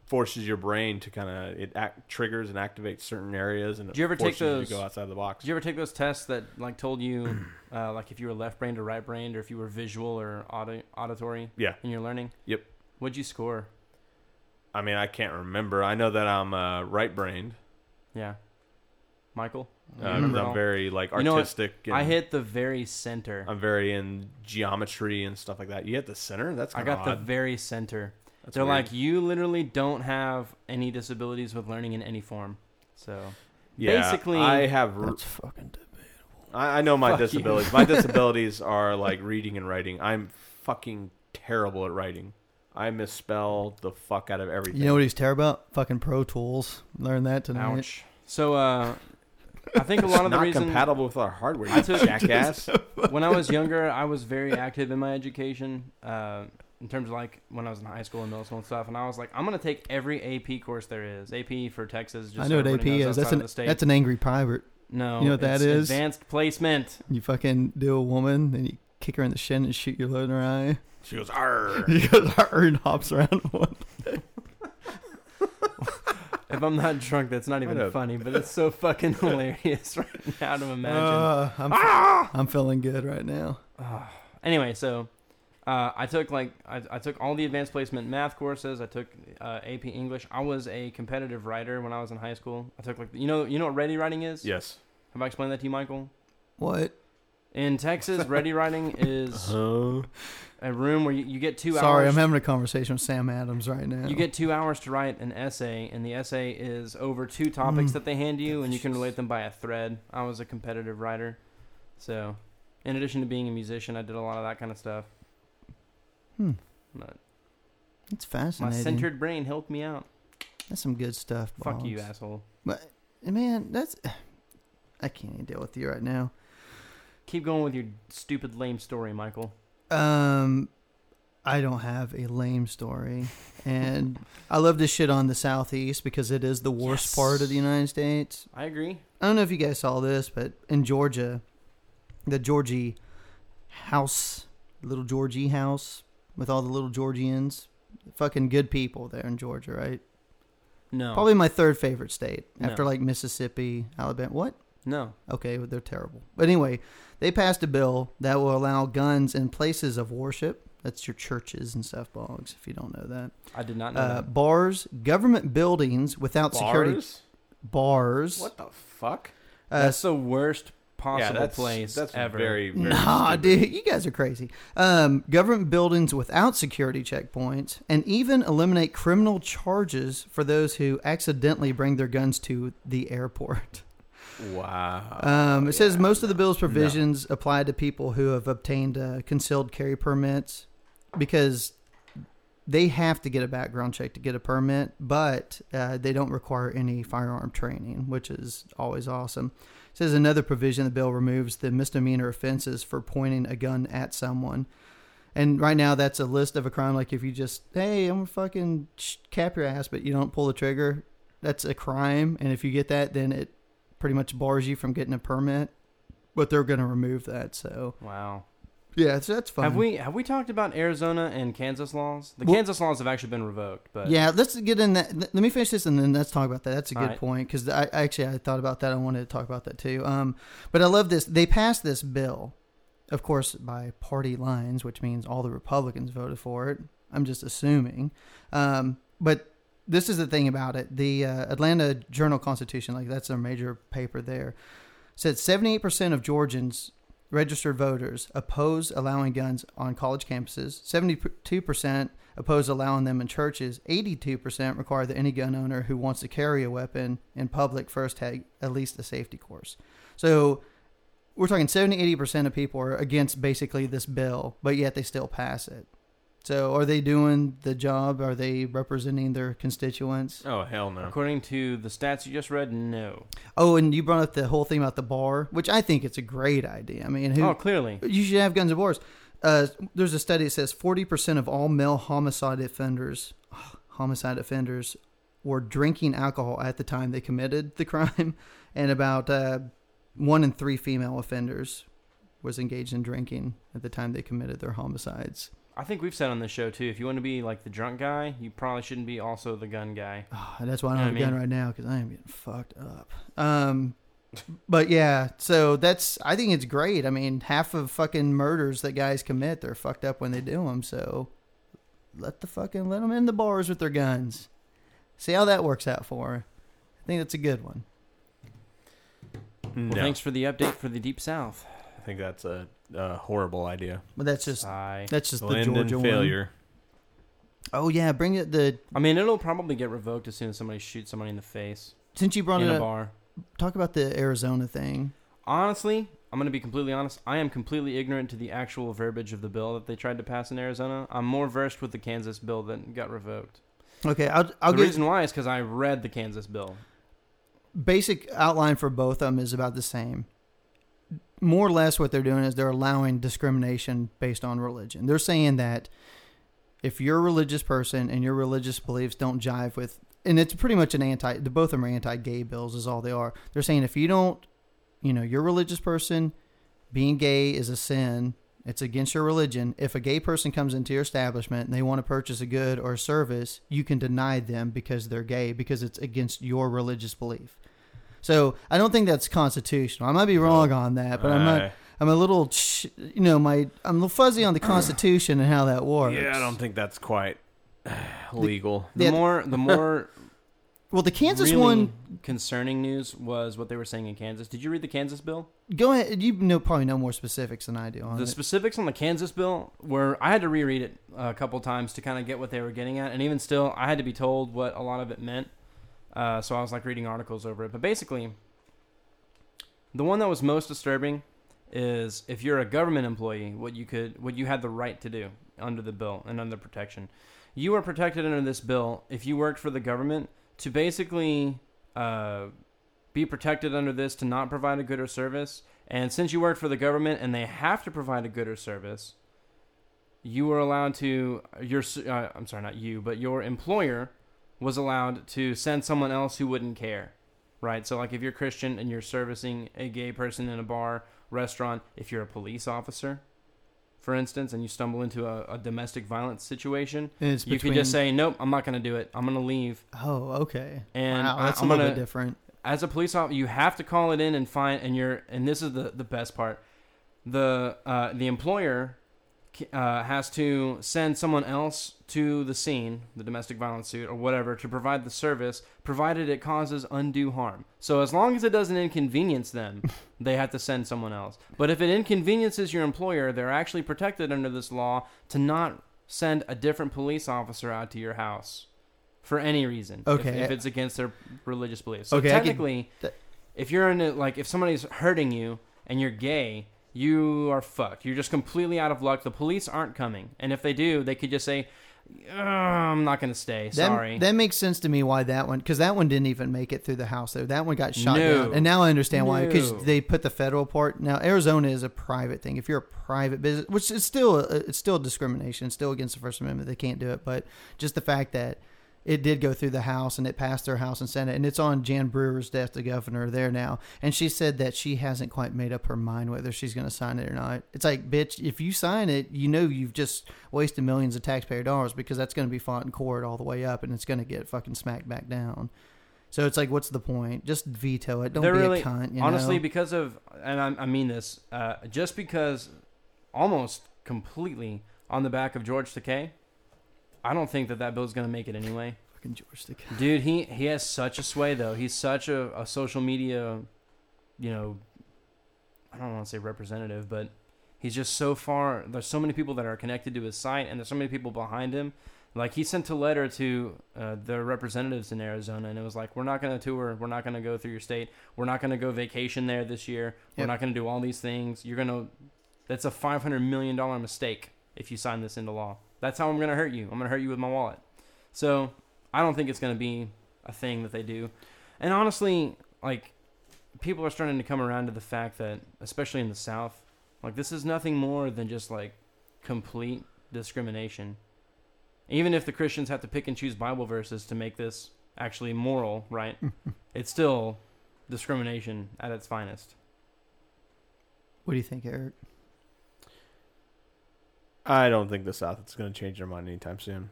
forces your brain to kind of it act, triggers and activates certain areas and it Did you ever take forces those- you to go outside the box. Did you ever take those tests that like told you, <clears throat> uh, like if you were left-brained or right-brained, or if you were visual or audi- auditory yeah. in your learning? Yep. What'd you score? I mean, I can't remember. I know that I'm uh, right-brained Yeah, Michael. uh, You 'cause remember at all? I'm very like Mm-hmm. You know what? artistic. I and- hit the very center. I'm very in geometry and stuff like that. You hit the center? That's I kind of got odd. the very center. That's They're weird. like, you literally don't have any disabilities with learning in any form. So yeah, basically- I have. r- That's fucking debatable. I, I know my Fuck you. disabilities. <laughs> my disabilities are like reading and writing. I'm fucking terrible at writing. I misspell the fuck out of everything. You know what he's terrible about? Fucking Pro Tools. Learn that tonight. ouch. So uh, I think a lot of the not reason compatible with our hardware. I You <laughs> took- jackass. when I was younger, I was very active in my education. Uh, in terms of like when I was in high school and middle school and stuff, and I was like, I'm gonna take every AP course there is. AP for Texas. Just I know what AP everybody knows is. That's outside of an the state. that's an angry pirate. no. you know what that it's is? Advanced placement. You fucking do a woman, then you kick her in the shin and shoot your load in her eye. <laughs> She goes, "Arr." You got her and hops around. <laughs> One. If I'm not drunk, that's not What even a- funny, but it's so fucking hilarious <laughs> right now to imagine. Uh, I'm, I'm feeling good right now. Ah. <sighs> anyway, so uh, I took like I, I took all the advanced placement math courses. I took uh, AP English. I was a competitive writer when I was in high school. I took like you know you know what ready writing is. Yes. Have I explained that to you, Michael? What? In Texas, <laughs> ready writing is Uh, a room where you, you get two Sorry, hours. I'm having a conversation with Sam Adams right now. you get two hours to write an essay, and the essay is over two topics Mm. that they hand you, and you can relate them by a thread. I was a competitive writer, so in addition to being a musician, I did a lot of that kind of stuff. Hmm. But It's my fascinating. centered brain helped me out. That's some good stuff. Fuck you, Boggs. asshole. But man, that's <sighs> I can't even deal with you right now. Keep going with your stupid lame story, Michael. Um, I don't have a lame <laughs> story, and I love this shit on the southeast because it is the worst Yes. part of the United States. I agree. I don't know if you guys saw this, but in Georgia, the Georgie house, little Georgie house with all the little Georgians, fucking good people there in Georgia, right? No. Probably my third favorite state No. after like Mississippi, Alabama. What? No. Okay, but they're terrible. But anyway, they passed a bill that will allow guns in places of worship. That's your churches and stuff, Boggs, if you don't know that. I did not know Uh, that. bars, government buildings without security. bars? Bars. What the fuck? Uh, That's the worst possible yeah, that's, place that's ever. Very, very nah, stupid. dude, you guys are crazy. Um, government buildings without security checkpoints, and even eliminate criminal charges for those who accidentally bring their guns to the airport. Wow. Um, it says yeah, most of the bill's provisions apply to people who have obtained uh, concealed carry permits because they have to get a background check to get a permit, but uh, they don't require any firearm training, which is always awesome. It says another provision the bill removes the misdemeanor offenses for pointing a gun at someone. And right now, that's a list of a crime. Like if you just, hey, I'm gonna fucking sh- cap your ass, but you don't pull the trigger, that's a crime. And if you get that, then it pretty much bars you from getting a permit. But they're gonna remove that. So Wow. yeah, so that's fine. Have we have we talked about Arizona and Kansas laws? The Well- Kansas laws have actually been revoked, but Yeah, let's get in that. Let let me finish this, and then let's talk about that. That's a All good right. point because I I actually I thought about that. I wanted to talk about that too. Um, but I love this. They passed this bill, of course, by party lines, which means all the Republicans voted for it. I'm just assuming. Um, but this is the thing about it. The uh, Atlanta Journal Constitution, like that's a major paper there, said 78% of Georgians registered voters oppose allowing guns on college campuses. 72% oppose allowing them in churches. 82% require that any gun owner who wants to carry a weapon in public first take at least a safety course. So we're talking 70 80% of people are against basically this bill, but yet they still pass it. So are they doing the job? Are they representing their constituents? Oh hell no. According to the stats you just read, no. Oh, and you brought up the whole thing about the bar, which I think it's a great idea. I mean, who, Oh, clearly. you should have guns at bars. Uh, there's a study that says 40% of all male homicide offenders, <sighs> homicide offenders, were drinking alcohol at the time they committed the crime, <laughs> and about uh, one in three female offenders was engaged in drinking at the time they committed their homicides. I think we've said on this show too. If you want to be like the drunk guy, you probably shouldn't be also the gun guy. Ah, that's why I don't You have know a what gun I mean? right now because I am getting fucked up. Um, but yeah, so that's I think it's great. I mean, half of fucking murders that guys commit, they're fucked up when they do them. So let the fucking let them in the bars with their guns. See how that works out for. her. I think that's a good one. No, Well, thanks for the update for the Deep South. I think that's a, a horrible idea. But that's just I, that's just the Land in Georgia one. failure. Oh yeah, bring it the I mean, it'll probably get revoked as soon as somebody shoots somebody in the face since you brought in it a up. bar. Talk about the Arizona thing. Honestly, I'm going to be completely honest. I am completely ignorant to the actual verbiage of the bill that they tried to pass in Arizona. I'm more versed with the Kansas bill that got revoked. Okay, I'll I'll the give reason why is because I read the Kansas bill. basic outline for both of them is about the same. More or less, what they're doing is they're allowing discrimination based on religion. They're saying that if you're a religious person and your religious beliefs don't jive with, and it's pretty much an anti, the both of them are anti-gay bills, is all they are. They're saying if you don't, you know, you're a religious person, being gay is a sin. It's against your religion. If a gay person comes into your establishment and they want to purchase a good or a service, you can deny them because they're gay because it's against your religious belief. So I don't think that's constitutional. I might be wrong on that, but I'm not. I- I'm a little, ch- you know, my I'm a little fuzzy on the Constitution and how that works. Yeah, I don't think that's quite <sighs> legal. The Yeah. more, <laughs> the more Well, the Kansas really one. concerning news was what they were saying in Kansas. Did you read the Kansas bill? Go ahead. You know, probably know more specifics than I do on The it. specifics on the Kansas bill were I had to reread it uh, a couple times to kind of get what they were getting at, and even still, I had to be told what a lot of it meant. Uh, so I was like reading articles over it, but basically, the one that was most disturbing is if you're a government employee, what you could, what you had the right to do under the bill and under the protection. You are protected under this bill if you worked for the government to basically uh, be protected under this to not provide a good or service. And since you work for the government and they have to provide a good or service, you were allowed to your s- uh, I'm sorry, not you, but your employer was allowed to send someone else who wouldn't care. Right? So like if you're Christian and you're servicing a gay person in a bar, restaurant, if you're a police officer, for instance, and you stumble into a, a domestic violence situation, And it's you could just say, "Nope, I'm not going to do it. I'm going to leave." "Oh, okay." And wow, I- that's a I'm little gonna- bit different. as a police officer, you have to call it in and find, and you're, and this is the the best part. The uh, the employer uh, has to send someone else to the scene, the domestic violence suit or whatever, to provide the service, provided it causes undue harm. So as long as it doesn't inconvenience them, they have to send someone else. But if it inconveniences your employer, they're actually protected under this law to not send a different police officer out to your house for any reason. if- Okay. If, it's against their religious beliefs. So Okay, I can- technically, that- if you're in a, like if somebody's hurting you and you're gay, you are fucked. You're just completely out of luck. The police aren't coming, and if they do, they could just say, "Ugh, "I'm not going to stay. That, Sorry." that makes sense to me why that one because that one didn't even make it through the house though. That one got shot No. down, and now I understand why because No. they put the federal part. Now Arizona is a private thing. If you're a private business, which is still uh, it's still discrimination, it's still against the First Amendment, they can't do it. But just the fact that it did go through the House and it passed their House and Senate, and it's on Jan Brewer's desk, the governor there now, and she said that she hasn't quite made up her mind whether she's going to sign it or not. It's like, bitch, if you sign it, you know you've just wasted millions of taxpayer dollars because that's going to be fought in court all the way up, and it's going to get fucking smacked back down. So it's like, what's the point? Just veto it. Don't They're be really- a cunt. You honestly know? because of and I, I mean this uh, just because almost completely on the back of george takei i don't think that that bill's going to make it anyway Fucking George Takei. Dude, he he has such a sway though. He's such a, a social media, you know, I don't want to say representative, but he's just so far. There's so many people that are connected to his site, and there's so many people behind him. Like he sent a letter to uh, the representatives in Arizona, and it was like, "We're not going to tour. We're not going to go through your state. We're not going to go vacation there this year. We're Yep. not going to do all these things. You're going to. That's a 500 million dollar mistake if you sign this into law. That's how I'm going to hurt you. I'm going to hurt you with my wallet." So I don't think it's going to be a thing that they do. And honestly, like people are starting to come around to the fact that, especially in the South, like this is nothing more than just like complete discrimination. Even if the Christians have to pick and choose Bible verses to make this actually moral, right? it's still discrimination at its finest. What do you think, Eric? I don't think the South is going to change their mind anytime soon.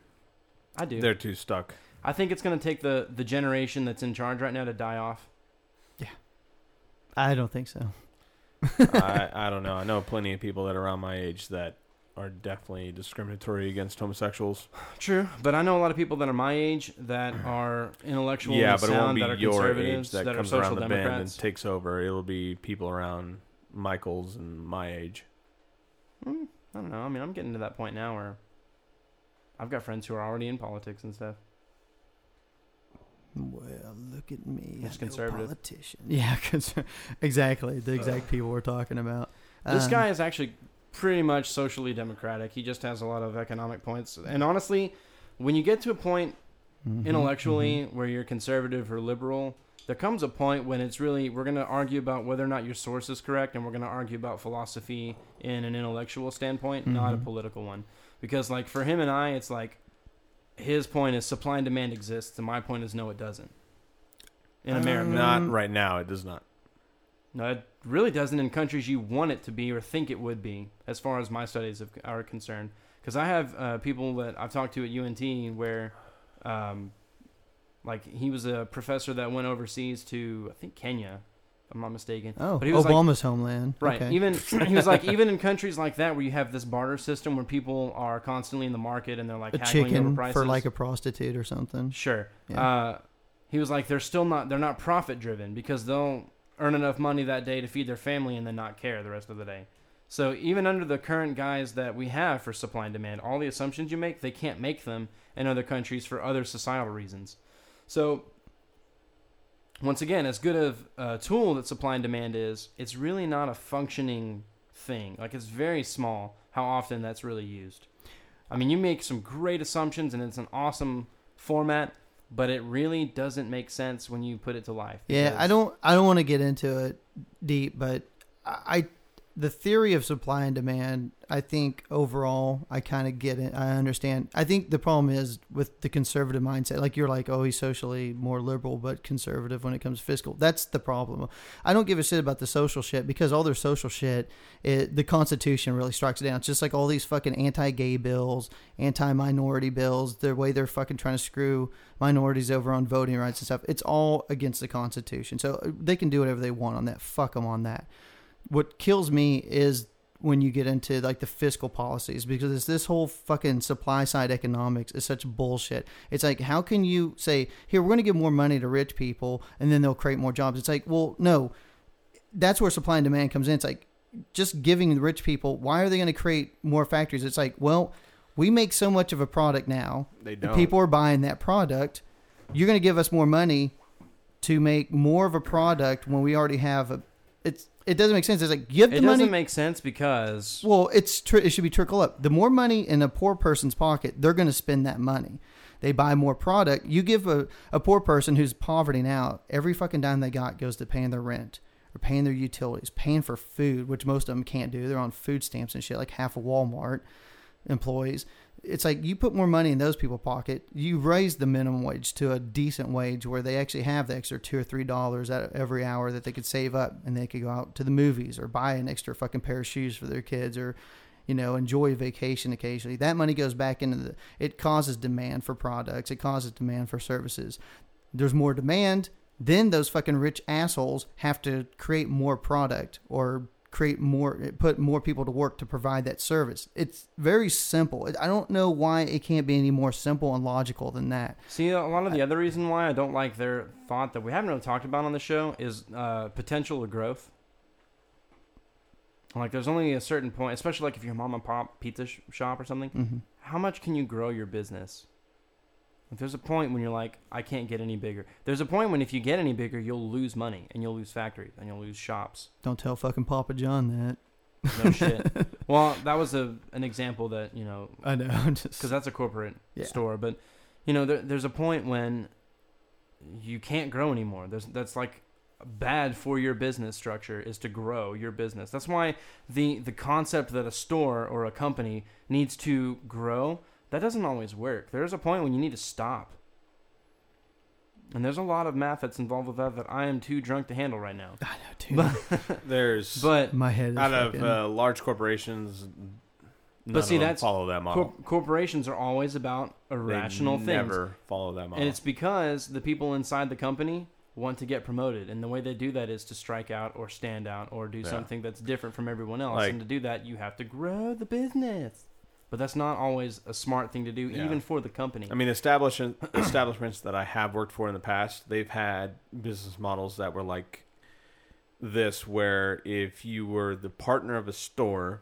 I do. They're too stuck. I think it's going to take the the generation that's in charge right now to die off. I don't think so. <laughs> I, I don't know. I know plenty of people that are around my age that are definitely discriminatory against homosexuals. True, but I know a lot of people that are my age that are intellectual. yeah, and but it sound, won't be that are your age conservatives, that, that comes are around social the bend and democrats. takes over. It'll be people around Michael's and my age. I don't know. I mean, I'm getting to that point now where I've got friends who are already in politics and stuff. Well, look at me. That's I'm no conservative. politician. Yeah, <laughs> conser- exactly. The exact people we're talking about. This Um, guy is actually pretty much socially democratic. He just has a lot of economic points. And honestly, when you get to a point mhm, intellectually where you're conservative or liberal, there comes a point when it's really we're going to argue about whether or not your source is correct, and we're going to argue about philosophy in an intellectual standpoint, not a Mhm. political one. Because like for him and I, it's like his point is supply and demand exists, and my point is no, it doesn't. In Um, America, Not right now. It does <laughs> not. No, it really doesn't in countries you want it to be or think it would be, as far as my studies of- are concerned. Because I have uh, people that I've talked to at UNT where, um, like, he was a professor that went overseas to, I think, Kenya, if I'm not mistaken. mhm. Oh, but he was like- Obama's homeland. Right. Okay. <laughs> Even he was like, even in countries like that where you have this barter system where people are constantly in the market and they're like a haggling over chicken prices. for like a prostitute or something. Sure. Yeah. Uh, he was like, they're still not, they're not profit driven because they'll earn enough money that day to feed their family and then not care the rest of the day. So even under the current guise that we have for supply and demand, all the assumptions you make, they can't make them in other countries for other societal reasons. So once again, as good of a tool that supply and demand is, it's really not a functioning thing. Like it's very small how often that's really used. I mean, you make some great assumptions and it's an awesome format, but it really doesn't make sense when you put it to life. Yeah, I because- don't I don't want to get into it deep, but I the theory of supply and demand, I think overall I kind of get it. I understand. I think the problem is with the conservative mindset. Like you're like, "Oh, he's socially more liberal but conservative when it comes to fiscal." That's the problem. I don't give a shit about the social shit because all their social shit, it, the Constitution really strikes it down. It's just like all these fucking anti-gay bills, anti-minority bills, the way they're fucking trying to screw minorities over on voting rights and stuff. It's all against the Constitution. So uh, they can do whatever they want on that. Fuck them on that. What kills me is when you get into like the fiscal policies because it's this whole fucking supply side economics is such bullshit. It's like how can you say here we're going to give more money to rich people and then they'll create more jobs. It's like, well, no. That's where supply and demand comes in. It's like just giving the rich people, why are they going to create more factories? It's like, well, we make so much of a product now They the don't. people are buying that product. You're going to give us more money to make more of a product when we already have a. It's it doesn't make sense. It's like give It the money. doesn't make sense because well, it's tr- it should be trickle up. The more money in a poor person's pocket, they're going to spend that money. They buy more product. You give a, a poor person who's poverty now every fucking dime they got goes to paying their rent or paying their utilities, paying for food, which most of them can't do. They're on food stamps and shit, like half of Walmart employees. It's like you put more money in those people's pocket. You raise the minimum wage to a decent wage where they actually have the extra two or three dollars out of every hour that they could save up, and they could go out to the movies or buy an extra fucking pair of shoes for their kids or, you know, enjoy a vacation occasionally. That money goes back into the. It causes demand for products. It causes demand for services. There's more demand. Then those fucking rich assholes have to create more product or create more put more people to work to provide that service it's very simple It- i don't know why it can't be any more simple and logical than that See, a lot of the other reason why I don't like their thought that we haven't really talked about on the show is uh, potential of growth. Like, there's only a certain point, especially like if you're a mom and pop pizza sh- shop or something. Mhm. How much can you grow your business? Like, there's a point when you're like, I can't get any bigger. There's a point when if you get any bigger, you'll lose money and you'll lose factories and you'll lose shops. don't tell fucking papa john that No shit. Well, that was a an example that you know i know <laughs> I'm just because that's a corporate Yeah. store. But you know, there, there's a point when you can't grow anymore. There's that's like bad for your business structure is to grow your business. That's why the the concept that a store or a company needs to grow that doesn't always work. There's a point when you need to stop. And there's a lot of math that's involved with that that I am too drunk to handle right now. i know dude There's <laughs> But my head is out of fucking- uh, large corporations. None see, of them that's follow that model. cor- corporations are always about They irrational things. Never follow that model. And it's because the people inside the company want to get promoted. And the way they do that is to strike out or stand out or do Yeah. something that's different from everyone else. Like- and to do that, you have to grow the business. But that's not always a smart thing to do, Yeah. even for the company. I mean, establishment, <clears throat> establishments that I have worked for in the past, they've had business models that were like this, where if you were the partner of a store,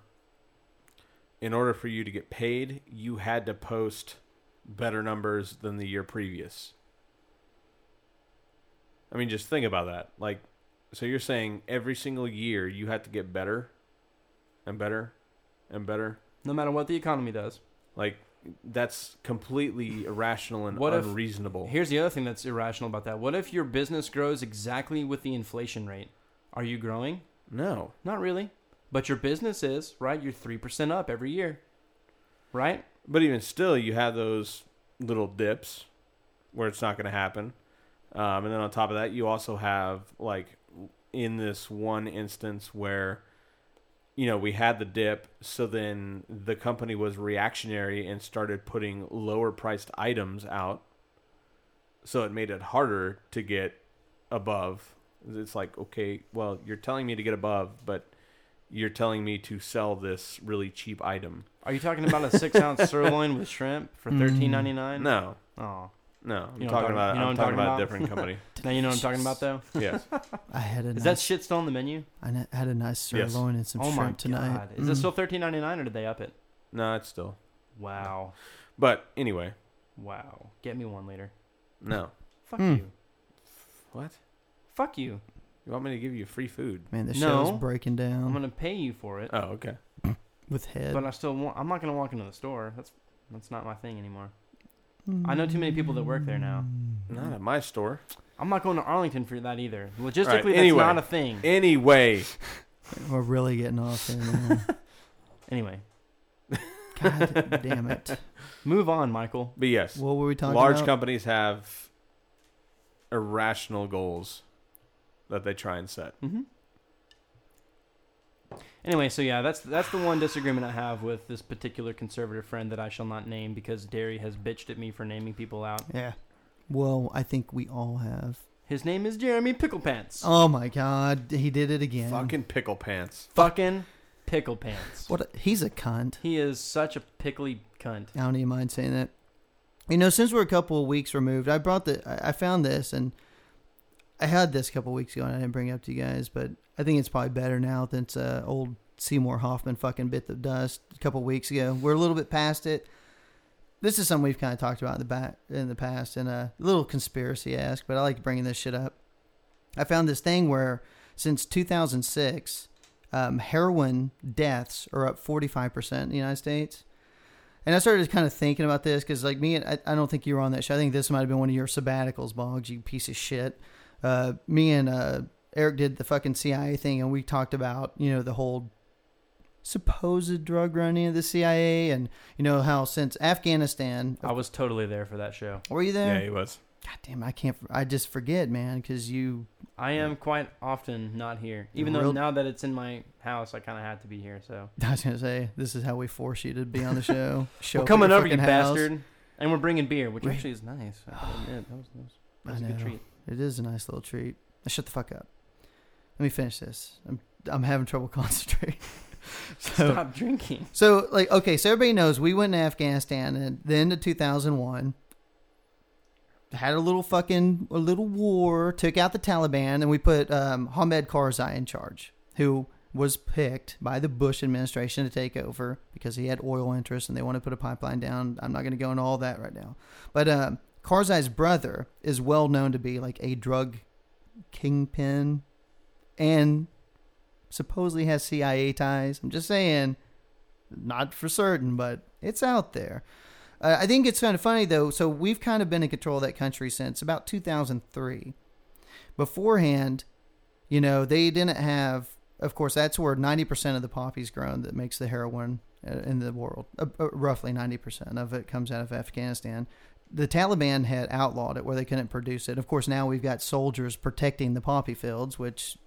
in order for you to get paid, you had to post better numbers than the year previous. I mean, just think about that. Like, so you're saying every single year you have to get better and better and better. no matter what the economy does. Like that's completely irrational and What if- unreasonable. Here's the other thing that's irrational about that. What if your business grows exactly with the inflation rate? Are you growing? no. Not really. But your business is, right? You're 3% up every year, right? But even still, you have those little dips where it's not going to happen. Um, and then on top of that, you also have like in this one instance where you know we had the dip, so then the company was reactionary and started putting lower priced items out, so it made it harder to get above. It's like okay, well, you're telling me to get above, but you're telling me to sell this really cheap item. Are you talking about a six <laughs> ounce sirloin with shrimp for thirteen ninety nine? No, Oh, No, I'm You know what talking about. I'm talking- you know I'm what I'm talking about a talking different company. now you know what I'm talking about though. yes. <laughs> i had a Is nice, that shit still on the menu? i n- had a nice Yes. sirloin and some oh my shrimp tonight god, is it Mm. still thirteen ninety nine or did they up it? No, it's still. Wow, But anyway, wow. Get me one later. no. Fuck Mm. you. What? Fuck you. You want me to give you free food? man the No. Oh show's breaking down I'm gonna pay you for it, Oh, okay. with head but I still want. I'm not gonna walk into the store. That's that's not my thing anymore. I know too many people that work there now. Not at my store. I'm not going to Arlington for that either. Logistically, that's anyway. not a thing. Anyway, Mm. we're really getting off here now. <laughs> Anyway, <laughs> god damn it move on, Michael. but yes, what were we talking large about companies have irrational goals that they try and set. Mm-hmm. Anyway, so yeah, that's that's the one disagreement I have with this particular conservative friend that I shall not name because Derry has bitched at me for naming people out. yeah well i think we all have His name is Jeremy Picklepants. oh my god he did it again Fucking pickle pants. Fucking pickle pants. What a, he's a cunt. He is such a pickly cunt. I don't even mind saying that. You know, since we're a couple of weeks removed, I brought the I I found this and I had this a couple of weeks ago and I didn't bring it up to you guys, but I think it's probably better now than it's uh, old Seymour Hoffman fucking bit the dust a couple of weeks ago. We're a little bit past it. This is something we've kind of talked about in the back in the past and a little conspiracy ask, but I like bringing this shit up. I found this thing where since 2006, um, heroin deaths are up 45% in the United States. And I started kind of thinking about this because, like me, and I, I don't think you were on that show. I think this might have been one of your sabbaticals, Boggs, you piece of shit. Uh, me and uh, Eric did the fucking CIA thing, and we talked about, you know, the whole supposed drug running of the CIA and, you know, how since Afghanistan. I was totally there for that show. Were you there? Yeah, he was. God damn, I can't. I just forget, man, because you. I am quite often not here, even though Real- now that it's in my house, I kind of had to be here. So <laughs> I was going to say, this is how we force you to be <laughs> on the show. show up we're at your coming over, you fucking house. bastard, and we're bringing beer, which Wait. actually <gasps> is nice. I have to admit, that was, that was, that I was a good know. treat. It is a nice little treat. Now shut the fuck up. Let me finish this. I'm I'm having trouble <laughs> concentrating. <laughs> so, Stop drinking. so like okay, so everybody knows we went to Afghanistan and then to 2001 had a little fucking a little war, took out the Taliban and we put um, Hamed Karzai in charge, who was picked by the Bush administration to take over because he had oil interests and they want to put a pipeline down. I'm not going to go into all that right now. But um, Karzai's brother is well known to be like a drug kingpin and supposedly has CIA ties. I'm just saying, not for certain, but it's out there. Uh, I think it's kind of funny though. So we've kind of been in control of that country since about 2003. Beforehand, you know, they didn't have. Of course, that's where 90% of the poppy's grown that makes the heroin uh, in the world. Uh, uh, roughly 90% of it comes out of Afghanistan. The Taliban had outlawed it where they couldn't produce it. Of course, now we've got soldiers protecting the poppy fields, which,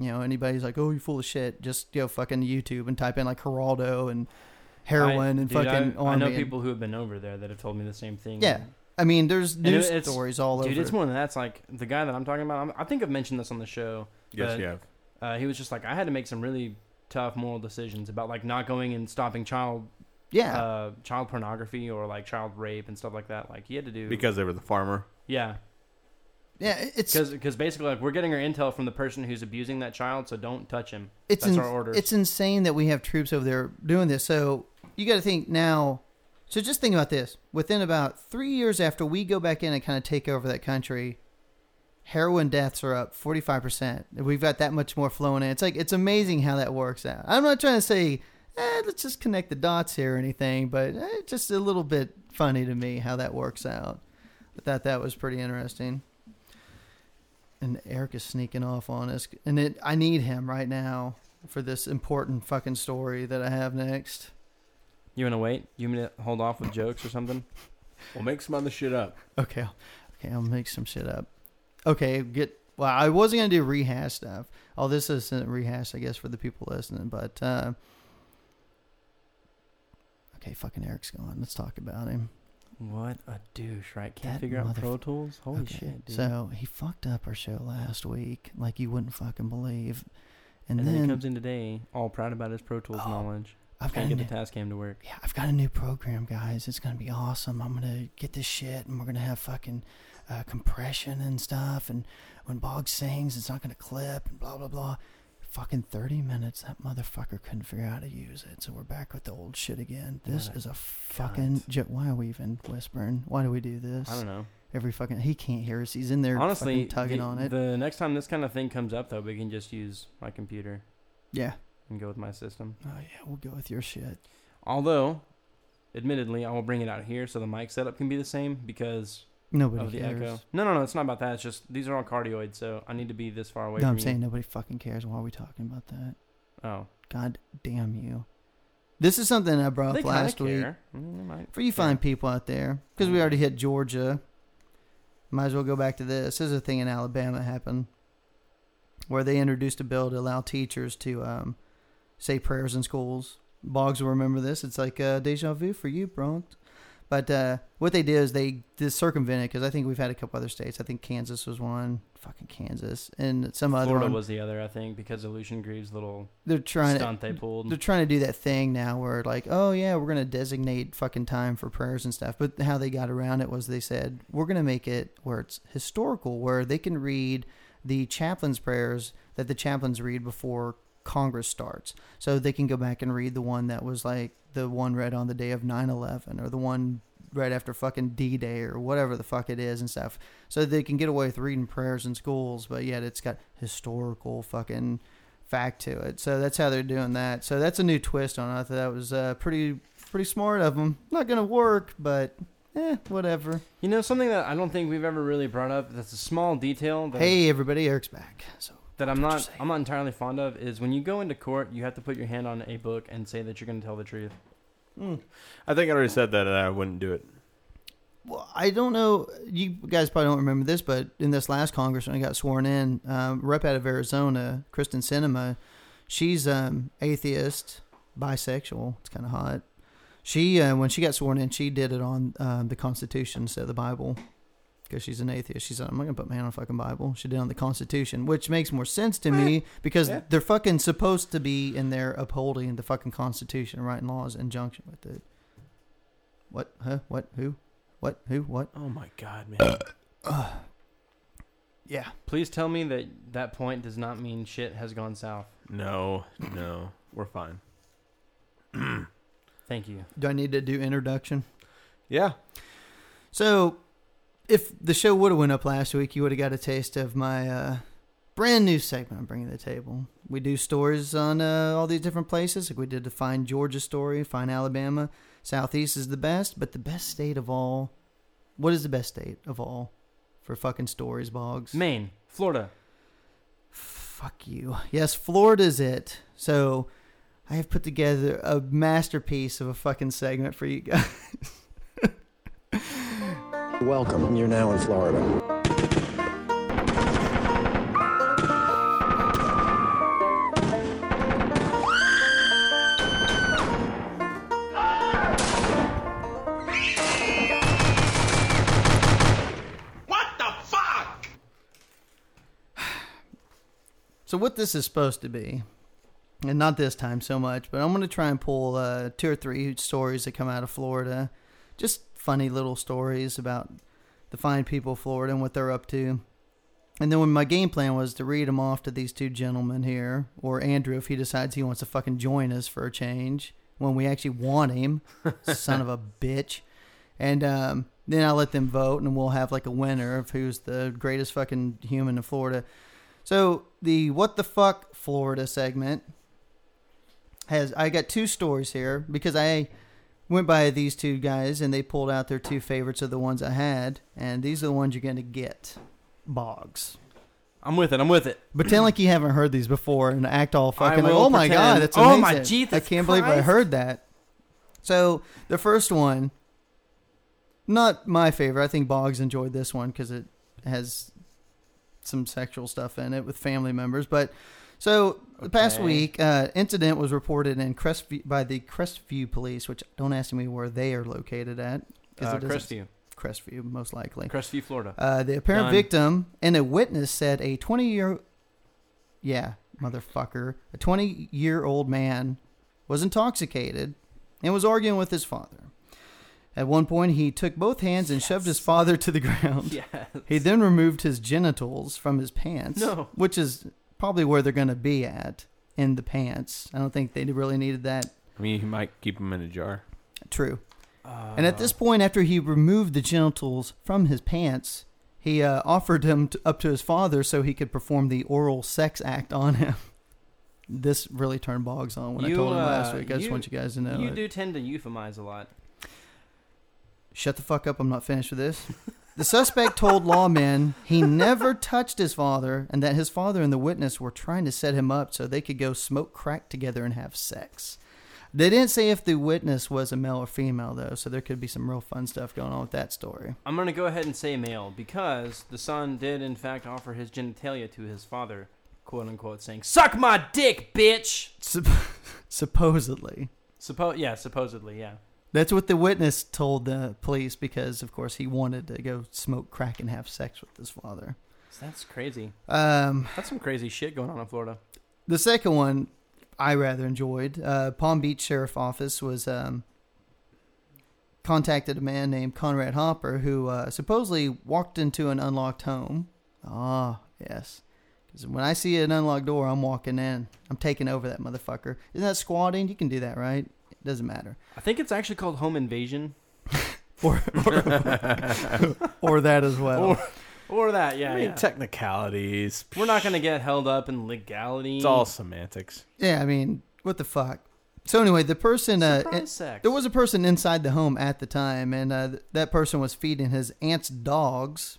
you know, anybody's like, oh, you full of shit. Just go fucking YouTube and type in like Geraldo and <laughs> heroin I- and dude, fucking I, I army know and- people who have been over there that have told me the same thing. yeah, I mean, there's it- news it's- stories all dude, over. it's more than that. It's like the guy that I'm talking about. I'm, I think I've mentioned this on the show. Yes, but, you have. Uh, he was just like, I had to make some really tough moral decisions about like not going and stopping child yeah, uh, child pornography or like child rape and stuff like that. Like he had to do Because they were the farmer. yeah, yeah. It's because basically like we're getting our intel from the person who's abusing that child, so don't touch him. it's that's in- our orders. it's insane that we have troops over there doing this. So you got to think now. So just think about this: within about three years after we go back in and kind of take over that country, heroin deaths are up forty five percent. We've got that much more flowing in. It's like it's amazing how that works out. I'm not trying to say. Eh, let's just connect the dots here or anything, but eh, it's just a little bit funny to me how that works out. I thought that was pretty interesting. And Eric is sneaking off on us, and it, I need him right now for this important fucking story that I have next. You want to wait? You want to hold off with jokes or something? Well, make some other shit up. Okay, I'll- okay, I'll make some shit up. Okay, get. Well, I wasn't gonna do rehash stuff. Oh, this isn't rehash, I guess, for the people listening. But uh, okay, fucking Eric's gone. Let's talk about him. What a douche, right? Can't That figure out motherf- Pro Tools. Holy Okay, shit, dude. So he fucked up our show last week, like you wouldn't fucking believe. And, and, then, then, he comes in today, all proud about his Pro Tools Oh, knowledge. I've got Can't a get the new, task cam to work. yeah, I've got a new program, guys. It's gonna be awesome. I'm gonna get this shit, and we're gonna have fucking uh, compression and stuff. And when Bog sings, it's not gonna clip and blah blah blah. Fucking thirty minutes, that motherfucker couldn't figure out how to use it. So we're back with the old shit again. This What a is a fucking. Jo- why are we even whispering? Why do we do this? I don't know. Every fucking he can't hear us. He's in there Honestly, fucking tugging the, on it. the next time this kind of thing comes up, though, we can just use my computer yeah. and go with my system. Oh yeah, we'll go with your shit. Although, admittedly, I will bring it out here so the mic setup can be the same because Nobody of the cares. echo. No, no, no. It's not about that. It's just these are all cardioids, so I need to be this far No, away from I'm you. saying nobody fucking cares. Why are we talking about that? Oh, God damn you! This is something I brought they up kind last of week care. Mm, they might. for you fine people out there because we already hit Georgia. Might as well go back to this. This is a thing in Alabama happened where they introduced a bill to allow teachers to um, say prayers in schools. Boggs will remember this. It's like uh, deja vu for you, Bronx. But uh, what they did is they, they circumvented because I think we've had a couple other states. I think Kansas was one, fucking Kansas, and some other Florida one. was the other, I think, because Illusion Greaves' little they're trying to stunt they pulled. they're trying to do that thing now where like oh yeah we're gonna designate fucking time for prayers and stuff but how they got around it was they said we're gonna make it where it's historical where they can read the chaplain's prayers that the chaplains read before congress starts so they can go back and read the one that was like the one read on the day of 9-11 or the one right after fucking d-day or whatever the fuck it is and stuff so they can get away with reading prayers in schools but yet it's got historical fucking fact to it. So that's how they're doing that. So that's a new twist on it. I thought that was uh, pretty pretty smart of them. Not gonna work, but eh, whatever. You know something that I don't think we've ever really brought up. That's a small detail that, Hey, everybody, Eric's back. So that I'm what you not say. I'm not entirely fond of is when you go into court, you have to put your hand on a book and say that you're going to tell the truth. I think I already said that and I wouldn't do it. Well, I don't know. You guys probably don't remember this, but in this last Congress when I got sworn in, um, rep out of Arizona, Kristen Cinema, she's um, atheist, bisexual. It's kind of hot. She uh, when she got sworn in, she did it on um, the Constitution instead of the Bible because she's an atheist. She said, "I'm not gonna put my hand on a fucking Bible." She did on the Constitution, which makes more sense to me because they're fucking supposed to be in there upholding the fucking Constitution, and writing laws in junction with it. What? Huh? What? Who? What? Who? What? Oh my god, man. Yeah. Please tell me that that point does not mean shit has gone south. No, no, we're fine. Thank you. Do I need to do introduction? Yeah, So, if the show would have went up last week, you would have got a taste of my uh, brand new segment I'm bringing to the table. We do stories on uh, all these different places. Like we did the Find Georgia story, Find Alabama. Southeast is the best, but the best state of all. What is the best state of all for fucking stories, Boggs? Maine, Florida. Fuck you. Yes, Florida's it. So I have put together a masterpiece of a fucking segment for you guys. Welcome. You're now in Florida. So what this is supposed to be, and not this time so much, but I'm going to try and pull uh, two or three stories that come out of Florida, just funny little stories about the fine people of Florida and what they're up to. And then when my game plan was to read them off to these two gentlemen here, or Andrew if he decides he wants to fucking join us for a change when we actually want him, son of a bitch. And um, then I'll let them vote, and we'll have like a winner of who's the greatest fucking human in Florida. So the what the fuck Florida segment has I got two stories here because I went by these two guys and they pulled out their two favorites of the ones I had, and these are the ones you're going to get, Boggs. I'm with it. I'm with it. Pretend like you haven't heard these before and act all fucking. Like, will oh my pretend. god, that's Oh amazing! my Jesus I can't believe I Christ. heard that. So the first one, not my favorite. I think Boggs enjoyed this one because it has some sexual stuff in it with family members. But so the past Okay. week, uh, incident was reported in Crestview by the Crestview Police, which don't ask me where they are located at Uh, it doesn't- Crestview, Crestview, most likely. <laughs> Crestview, Florida. Uh, the apparent Done. victim and a witness said a 20 year, yeah, motherfucker, a 20 year old man was intoxicated and was arguing with his father. At one point, he took both hands and shoved his father to the ground. yeah. He then removed his genitals from his pants, No. which is probably where they're going to be at in the pants. I don't think they really needed that. I mean you might keep them in a jar. True. And at this point, after he removed the genitals from his pants, he uh, offered him to, up to his father so he could perform the oral sex act on him. <laughs> This really turned Boggs on when I You, told him last uh, week. I just you- want you guys to know. you it. do tend to euphemize a lot. Shut the fuck up. I'm not finished with this. The suspect told lawmen he never touched his father and that his father and the witness were trying to set him up so they could go smoke crack together and have sex. They didn't say if the witness was a male or female, though, so there could be some real fun stuff going on with that story. I'm gonna go ahead and say male because the son did in fact offer his genitalia to his father, quote unquote, saying "Suck my dick, bitch." Sup- <laughs> supposedly. Suppo- yeah, supposedly, yeah. That's what the witness told the police because, of course, he wanted to go smoke crack and have sex with his father. So that's crazy. Um, That's some crazy shit going on in Florida. the second one I rather enjoyed. Uh, Palm Beach Sheriff Office was um, contacted a man named Conrad Hopper who uh, supposedly walked into an unlocked home. Ah, yes. 'Cause when I see an unlocked door, I'm walking in. I'm taking over that motherfucker. Isn't that squatting? You can do that, right? It doesn't matter. I think it's actually called home invasion Or, or, or that as well. Or- or that. Yeah, I mean yeah. technicalities. We're not gonna get held up in legality. It's all semantics. <laughs> Yeah, I mean, what the fuck? So anyway, the person uh, Surprise it- sex. there was a person inside the home at the time, and uh, th- that person was feeding his aunt's dogs.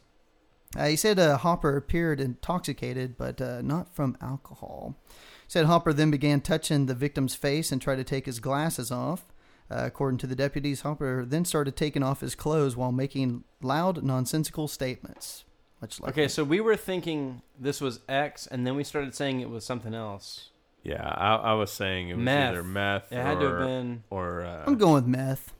Uh, he said uh, Hopper appeared intoxicated, but uh, not from alcohol. Said Hopper then began touching the victim's face and tried to take his glasses off. Uh, according to the deputies, Hopper then started taking off his clothes while making loud, nonsensical statements. Much like Okay, so we were thinking this was X, and then we started saying it was something else. Yeah, I, I was saying it was Meth. either meth It had or to have been. or uh, I'm going with meth.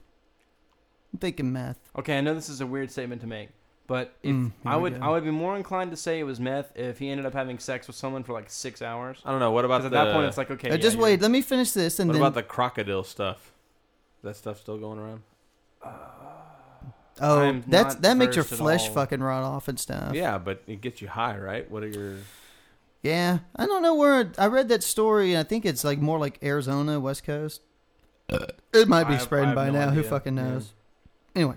I'm thinking meth. Okay, I know this is a weird statement to make, But if Mm, here I we would, go. I would be more inclined to say it was meth if he ended up having sex with someone for like six hours. I don't know. What about 'Cause the, at that point, it's like okay, Uh, yeah, just you're- wait. Let me finish this, and What then about the crocodile stuff? Is that stuff still going around? oh, I'm that's not that makes your versed at flesh all. fucking rot off and stuff. Yeah, but it gets you high, right? What are your Yeah, I don't know where I read that story, and I think it's like more like Arizona, West Coast. It might I be have- I spreading have by no now. Who idea. fucking Yeah. knows? Anyway,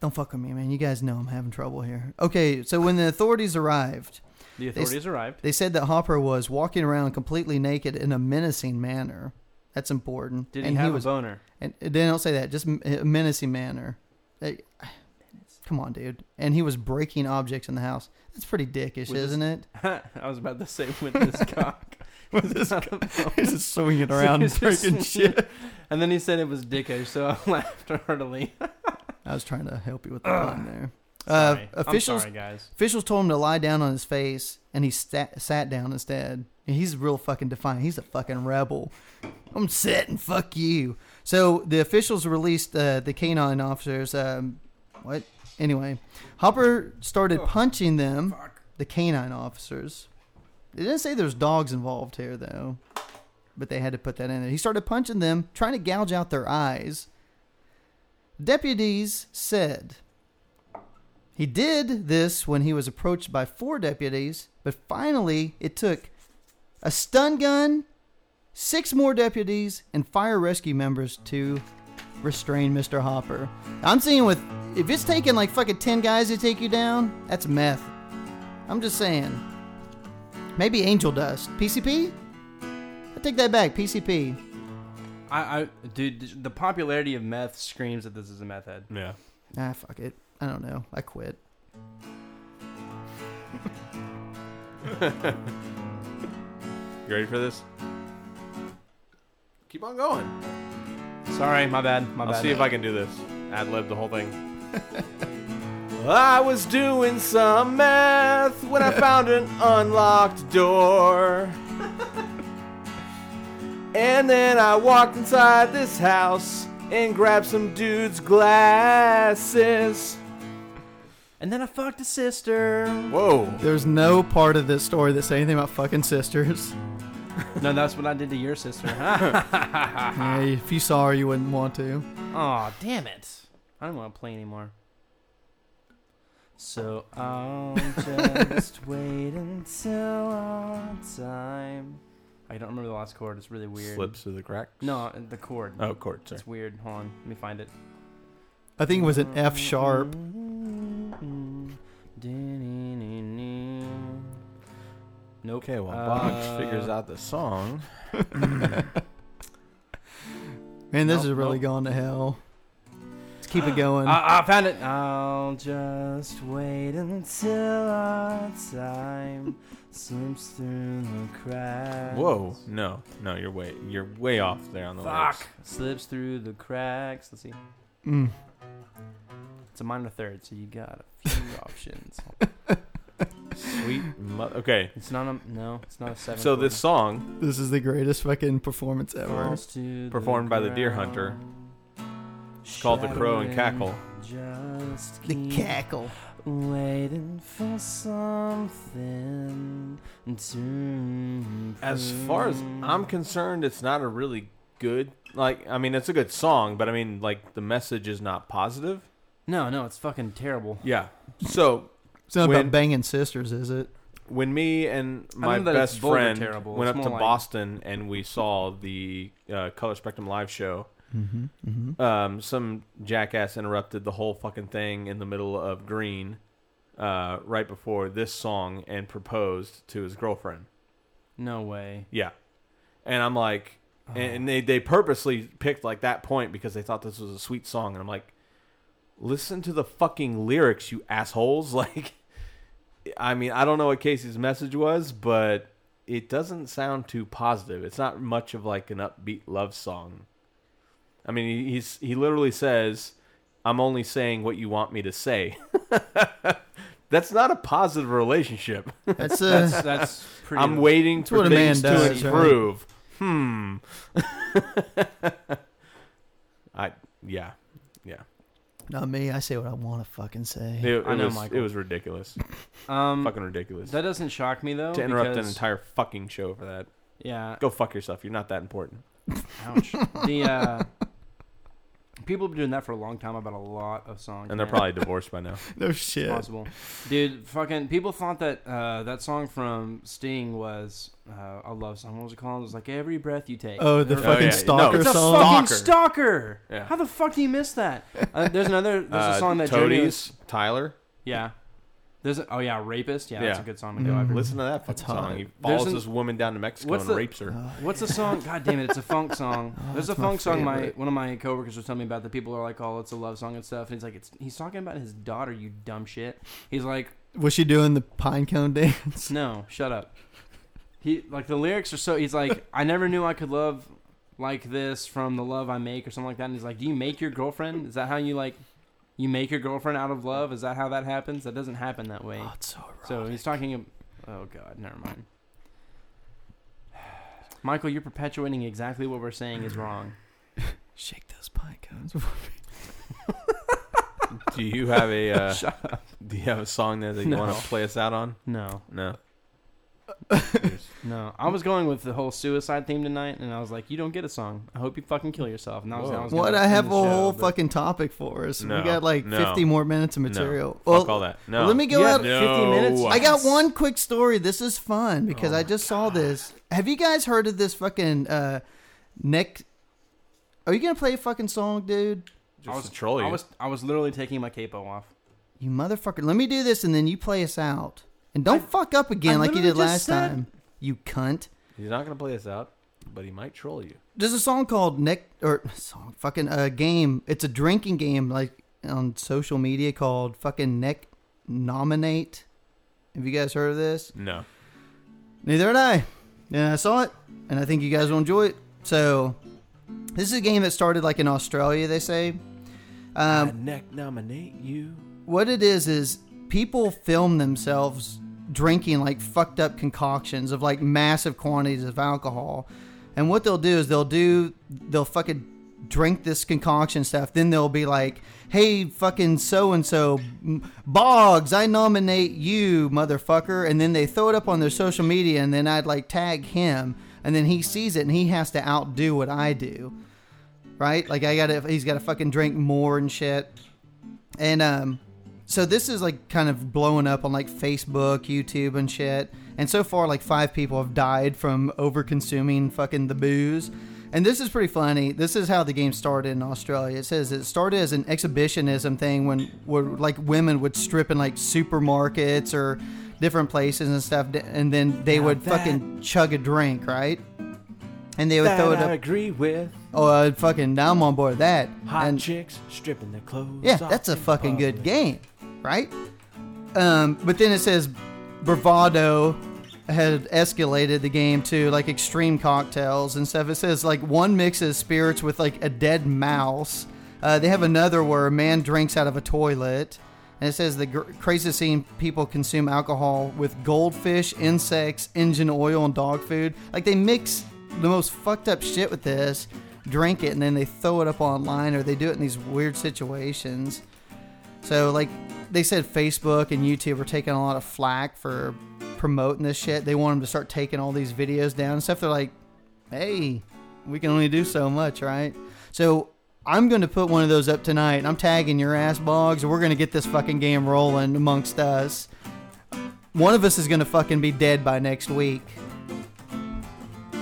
don't fuck with me, man. You guys know I'm having trouble here. Okay, so when the authorities arrived, The They s- authorities arrived. they said that Hopper was walking around completely naked in a menacing manner. That's important. Did and he have was, a boner? And they don't say that. Just m- a menacing manner. They- come on, dude. And he was breaking objects in the house. That's pretty dickish, With his- isn't <laughs> it? I was about to say with this cock. with <laughs> this just <laughs> swinging It's just- <laughs> And then he said it was dickish, so <laughs> I laughed heartily. I was trying to help you with the pun there. Uh, Sorry. officials I'm sorry, guys. officials told him to lie down on his face, and he sat, sat down instead. And he's real fucking defiant. He's a fucking rebel. I'm sitting. Fuck you. So the officials released uh, the canine officers. Um, what? Anyway, Hopper started punching them. The canine officers. They didn't say there's dogs involved here though, but they had to put that in there. He started punching them, trying to gouge out their eyes. Deputies said he did this when he was approached by four deputies, but finally it took a stun gun, six more deputies, and fire rescue members to restrain Mr. Hopper. I'm saying with if it's taking like fucking ten guys to take you down, that's meth. I'm just saying. Maybe angel dust. PCP? I take that back. PCP. I, I, dude, the popularity of meth screams that this is a meth head. yeah? Ah, fuck it. I don't know. I quit. You ready for this? Keep on going. Sorry, my bad. My I'll bad. see if I can do this. Ad lib the whole thing. <laughs> I was doing some math when I found an unlocked <laughs> door. and then I walked inside this house and grabbed some dude's glasses. And then I fucked <laughs> a sister. Whoa. There's no part of this story that said anything about fucking sisters. No, that's what I did to your sister. <laughs> Yeah, if you saw her, you wouldn't want to. Aw, damn it. I don't want to play anymore. So I'll <laughs> just wait until our time. I don't remember the last chord. It's really weird. Slips through the crack. No, the chord. Oh, chord, sorry. It's weird. Hold on. Let me find it. I think it was an F <laughs> sharp. Nope. Okay, well, Box Uh, figures out the song. Man, this Nope, is really nope. gone to hell. Let's keep it going. I, I found it. I'll just wait until our time slips through the cracks. Whoa. No, no, you're way, you're way off there on the lyrics. Fuck. Slips through the cracks. Let's see. Mm. It's a minor third, so you got a <laughs> few options. Sweet mother. Okay. It's not a no. It's not a seven. So this song, This is the greatest fucking performance ever. performed by the Deer Hunter, called "The Crow and Cackle," Just The keep cackle. Waiting for something to. as far as improve. I'm concerned, it's not a really good. Like, I mean, it's a good song, but I mean, like, the message is not positive. No, no, it's fucking terrible. Yeah. So It's not When- about banging sisters, is it? when me and my than that it's best vulgar friend terrible, went it's up to more like- Boston and we saw the uh, Color Spectrum live show, Mm-hmm. Mm-hmm. um, some jackass interrupted the whole fucking thing in the middle of Green, uh, right before this song, and proposed to his girlfriend. No <laughs> way. Yeah. And I'm like, and, and they, they purposely picked like that point because they thought this was a sweet song. And I'm like, listen to the fucking lyrics, you assholes. <laughs> Like, I mean, I don't know what Casey's message was, but it doesn't sound too positive. It's not much of like an upbeat love song. I mean, he, he's he literally says, "I'm only saying what you want me to say." <laughs> That's not a positive relationship. That's uh, That's, that's pretty. I'm waiting for what a man things to does, right? improve. <laughs> Hmm. I yeah yeah. Not me. I say what I want to fucking say. It, it I know, was, Michael. It was ridiculous. Um, fucking ridiculous. that doesn't shock me though. to interrupt because, an entire fucking show for that. yeah, Go fuck yourself. You're not that important. ouch. the uh, <laughs> people have been doing that for a long time about a lot of songs, And they're man. probably divorced by now. <laughs> No shit. possible. Dude, fucking people thought that uh, that song from Sting was uh, a love song. What was it called? It was like every breath you take. Oh, the Or- fucking yeah. No, stalker It's a song. fucking Stalker. stalker. Yeah. How the fuck do you miss that? Uh, there's another. <laughs> There's Uh, a song that Jody. Toadies, Tyler. Yeah. There's a, oh yeah, rapist. Yeah, that's Yeah. a good song to go Mm. after. Listen to that fucking hot. song. He There's follows an- this woman down to Mexico What's and the- Uh. rapes her. What's the song? God damn it, it's <laughs> a funk song. There's a Oh, that's my funk song. My favorite. one of my coworkers was telling me about. The people are like, oh, it's a love song and stuff. And he's like, it's he's talking about his daughter. You dumb shit. He's like, Was she doing the pine cone dance? No, shut up. He like the lyrics are so he's like, <laughs> I never knew I could love like this from the love I make or something like that. And he's like, Do you make your girlfriend? Is that how you like you make your girlfriend out of love? Is that how that happens? That doesn't happen that way. Oh, it's so erotic. so he's talking ab- oh god, never mind. <sighs> Michael, you're perpetuating exactly what we're saying is wrong. Shake those pine cones. Do you have a <laughs> uh, Do you have a song there that you want to play us out on? No, No. no. I was going with the whole suicide theme tonight, and I was like, "You don't get a song. I hope you fucking kill yourself." And that was, Whoa. that was gonna What? I end have a the show, whole but- fucking topic for us. No, we got like no, 50 more minutes of No. material. Fuck Well, all that. No. let me go You had out. No. 50 minutes? I got one quick story. This is fun because Oh I just saw this. Have you guys heard of this fucking uh, Nick? Are you gonna play a fucking song, dude? Just to troll you. I was I was literally taking my capo off. You motherfucker. Let me do this and then you play us out. And don't fuck up again I like you literally did just last said- time. You cunt. He's not gonna play us out, but he might troll you. There's a song called Nick or <laughs> song fucking uh, game. It's a drinking game like on social media called fucking Nick Nominate. Have you guys heard of this? No. Neither had I. And I saw it, and I think you guys will enjoy it. So, this is a game that started like in Australia, they say. Um, neck nominate you. what it is is people film themselves drinking like fucked up concoctions of like massive quantities of alcohol and what they'll do is they'll do they'll fucking drink this concoction stuff then they'll be like hey fucking so and so boggs i nominate you motherfucker and then they throw it up on their social media and then i'd like tag him and then he sees it and he has to outdo what i do right like i gotta he's gotta fucking drink more and shit and um, so this is like kind of blowing up on like Facebook, YouTube, and shit. And so far, like five people have died from over consuming fucking the booze. And this is pretty funny. This is how the game started in Australia. It says it started as an exhibitionism thing when, where like women would strip in like supermarkets or different places and stuff, and then they would fucking chug a drink, right? And they would throw it up. agree with Oh, uh, fucking! Now I'm on board with that. and, chicks stripping their clothes. yeah, that's a fucking good game, right? Um, but then it says bravado had escalated the game to like extreme cocktails and stuff. It says like one mixes spirits with like a dead mouse. Uh, they have another where a man drinks out of a toilet. And it says the gr- craziest scene people consume alcohol with goldfish, insects, engine oil, and dog food. Like they mix the most fucked up shit with this, drink it, and then they throw it up online or they do it in these weird situations. So like they said Facebook and YouTube are taking a lot of flack for promoting this shit. They want them to start taking all these videos down and stuff. They're like, "Hey, we can only do so much, right?" So I'm going to put one of those up tonight. and I'm tagging your ass bogs and we're going to get this fucking game rolling amongst us. One of us is going to fucking be dead by next week.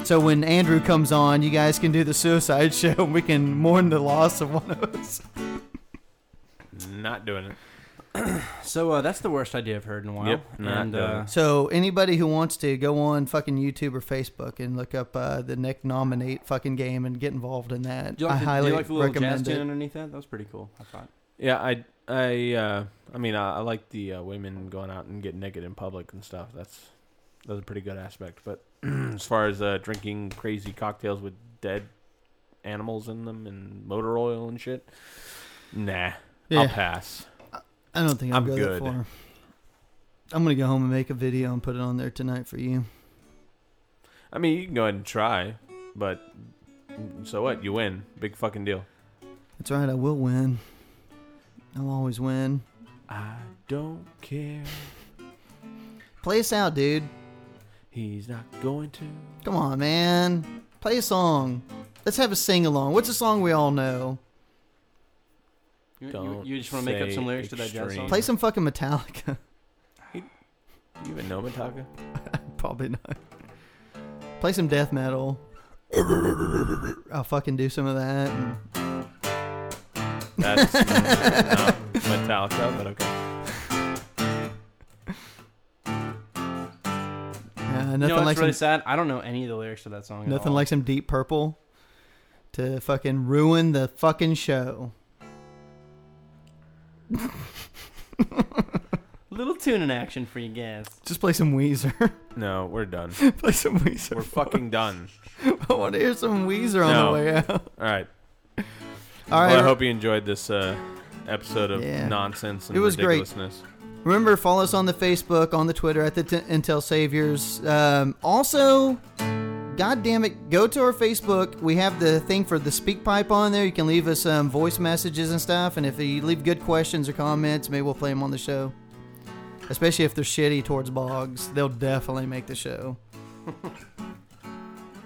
So when Andrew comes on, you guys can do the suicide <laughs> show and we can mourn the loss of one of us. Not doing it. So uh, that's the worst idea I've heard in a while. Yep, not and, good. uh, So anybody who wants to go on fucking YouTube or Facebook and look up uh, the Nick nominate fucking game and get involved in that. do you like I the, highly do you like the little jazz recommend tune it. underneath that? That was pretty cool. I thought. Yeah, I, I, uh, I mean, I, I like the uh, women going out and getting naked in public and stuff. That's that's a pretty good aspect. But <clears throat> as far as uh, drinking crazy cocktails with dead animals in them and motor oil and shit, nah, I'll Yeah, pass. I don't think I'll I'm go good. that far. I'm gonna go home and make a video and put it on there tonight for you. I mean, you can go ahead and try, but so what? You win, big fucking deal. That's right, I will win. I'll always win. I don't care. Play us out, dude. He's not going to. Come on, man. Play a song. Let's have a sing along. What's a song we all know? You, you, Don't you just want to make up say some lyrics to that jazz extreme. song? Play some fucking Metallica. Do you even know Metallica? Probably not. Play some death metal. I'll fucking do some of that. and- uh, That's not Metallica, but okay. Uh, You nothing know what's like really some, sad? I don't know any of the lyrics to that song. at nothing all. like some Deep Purple to fucking ruin the fucking show. little tune in action for you guys. Just play some Weezer. <laughs> No, we're done. play some Weezer. We're fucking done. <laughs> I want to hear some Weezer on No. the way out. All right. All right. Well, I hope you enjoyed this uh, episode of Yeah. nonsense and It was great. ridiculousness. Remember, follow us on the Facebook, on the Twitter at the T- Intel Saviors. Um, also, God damn it, go to our Facebook. We have the thing for the speak pipe on there. You can leave us um, voice messages and stuff. And if you leave good questions or comments, maybe we'll play them on the show. Especially if they're shitty towards Boggs, they'll definitely make the <laughs> show.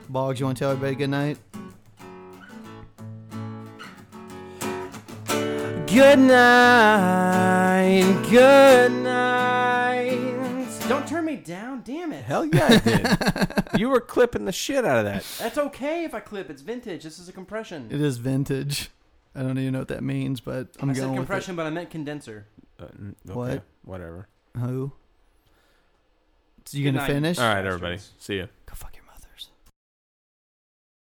Boggs, you want to tell everybody good night? Good night. Good night. Don't turn me down, damn it. Hell yeah, I did. <laughs> you were clipping the shit out of that. That's okay if I clip. It's vintage. This is a compression. It is vintage. I don't even know what that means, but I'm I going said with compression, but I meant condenser. Uh, n- okay, What? Whatever. it. Who? So you Good gonna night. finish? All right, everybody. See ya. Go fucking.